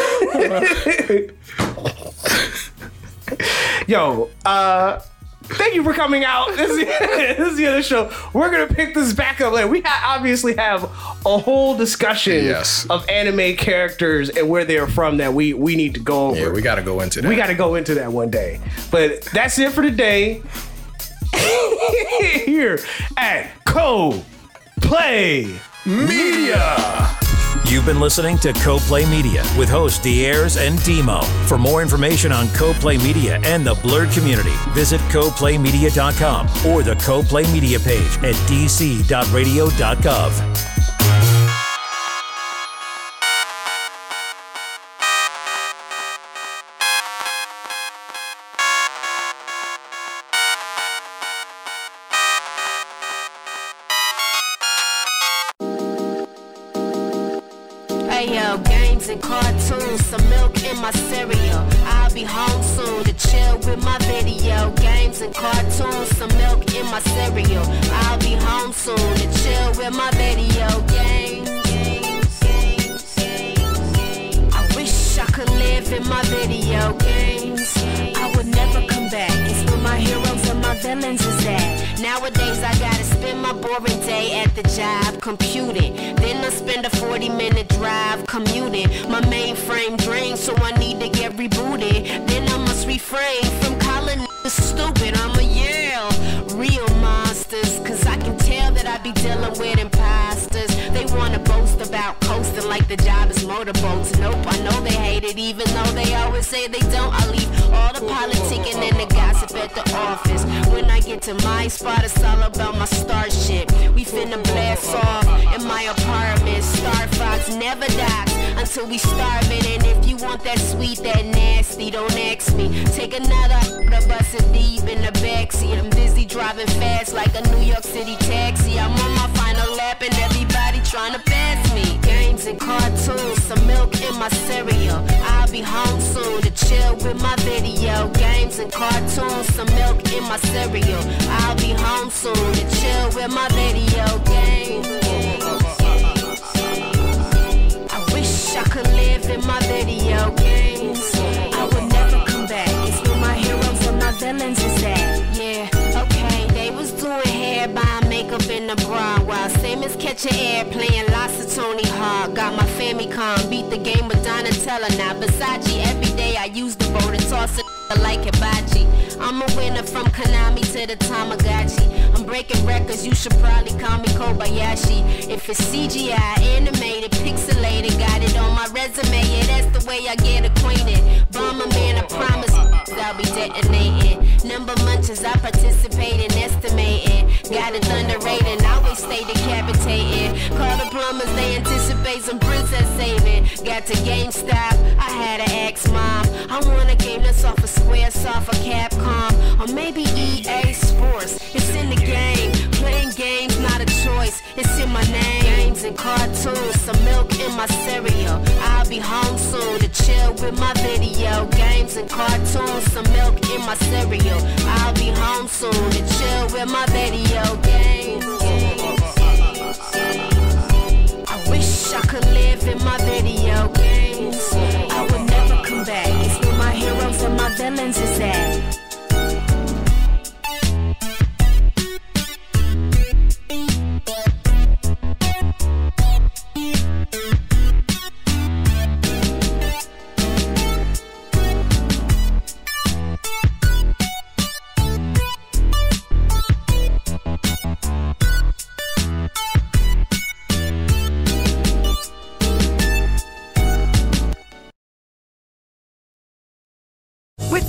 [SPEAKER 2] (laughs) yo, uh, thank you for coming out. This is, (laughs) this is the other show. We're gonna pick this back up later. We ha- obviously have a whole discussion
[SPEAKER 3] Yes.
[SPEAKER 2] of anime characters and where they are from that we we need to go over.
[SPEAKER 3] Yeah, we got to go into that.
[SPEAKER 2] We got to go into that one day. But that's it for today. (laughs) Here at Co Play.
[SPEAKER 1] You've been listening to CoPlay Media with hosts Diers and Demo. For more information on CoPlay Media and the Blurred community, visit coplaymedia.com or the CoPlay Media page at dc.radio.gov.
[SPEAKER 4] Hey yo, games and cartoons, some milk in my cereal. I'll be home soon to chill with my video. Games and cartoons, some milk in my cereal. I'll be home soon to chill with my video. Games, games, games, games. I wish I could live in my video games. I would never come back. It's where my heroes and my villains is at. Nowadays I gotta spend my boring day at the job computing. Then I spend a 40 minute drive commuting. My mainframe drains, so I need to get rebooted. Then I must refrain from calling niggas stupid. I'ma yell real monsters, cause I can tell that I be dealing with imposters. They wanna boast about coasting like the job is motorboats. Nope, I know they hate it, even though they always say they don't. I leave all the politicking and the gossip at the office. When I get to my spot, it's all about my starship. We finna blast off in my apartment. Star Fox never dies until we starving. And if you want that sweet, that nasty, don't ask me. Take another the bus it deep in the backseat. I'm busy driving fast like a New York City taxi. I'm on my final lap and everybody tryna pass me. Games and cartoons, some milk in my cereal. I'll be home soon to chill with my video. Games and cartoons, some milk in my cereal. I'll be home soon to chill with my video. Games. games, games. I wish I could live in my video Let's catch an airplane, lots of Tony Hawk. Got my Famicom, beat the game with Donatella. Now Versace, every day I use the boat and toss it like hibachi. I'm a winner from Konami to the Tamagotchi. I'm breaking records, you should probably call me Kobayashi. If it's CGI, animated, pixelated, got it on my resume, yeah, that's the way I get acquainted. Bomber man, I promise I'll be detonating. Number munches, I participate in estimating. Got it underrated, always stay decapitating. Call the plumbers, they anticipate some princess saving. Got to GameStop, I had an ex-mom. I want a game that's off a Squaresoft off a Capcom, or maybe EA Sports. It's in the game. Playing games, not a choice. It's in my name. Games and cartoons, some milk in my cereal. I'll be home soon to chill with my video. Games and cartoons, some milk in my cereal. I'll be home soon to chill with my video. Games. I wish I could live in my video games. I would never come back. It's where my heroes and my villains is at.
[SPEAKER 5] With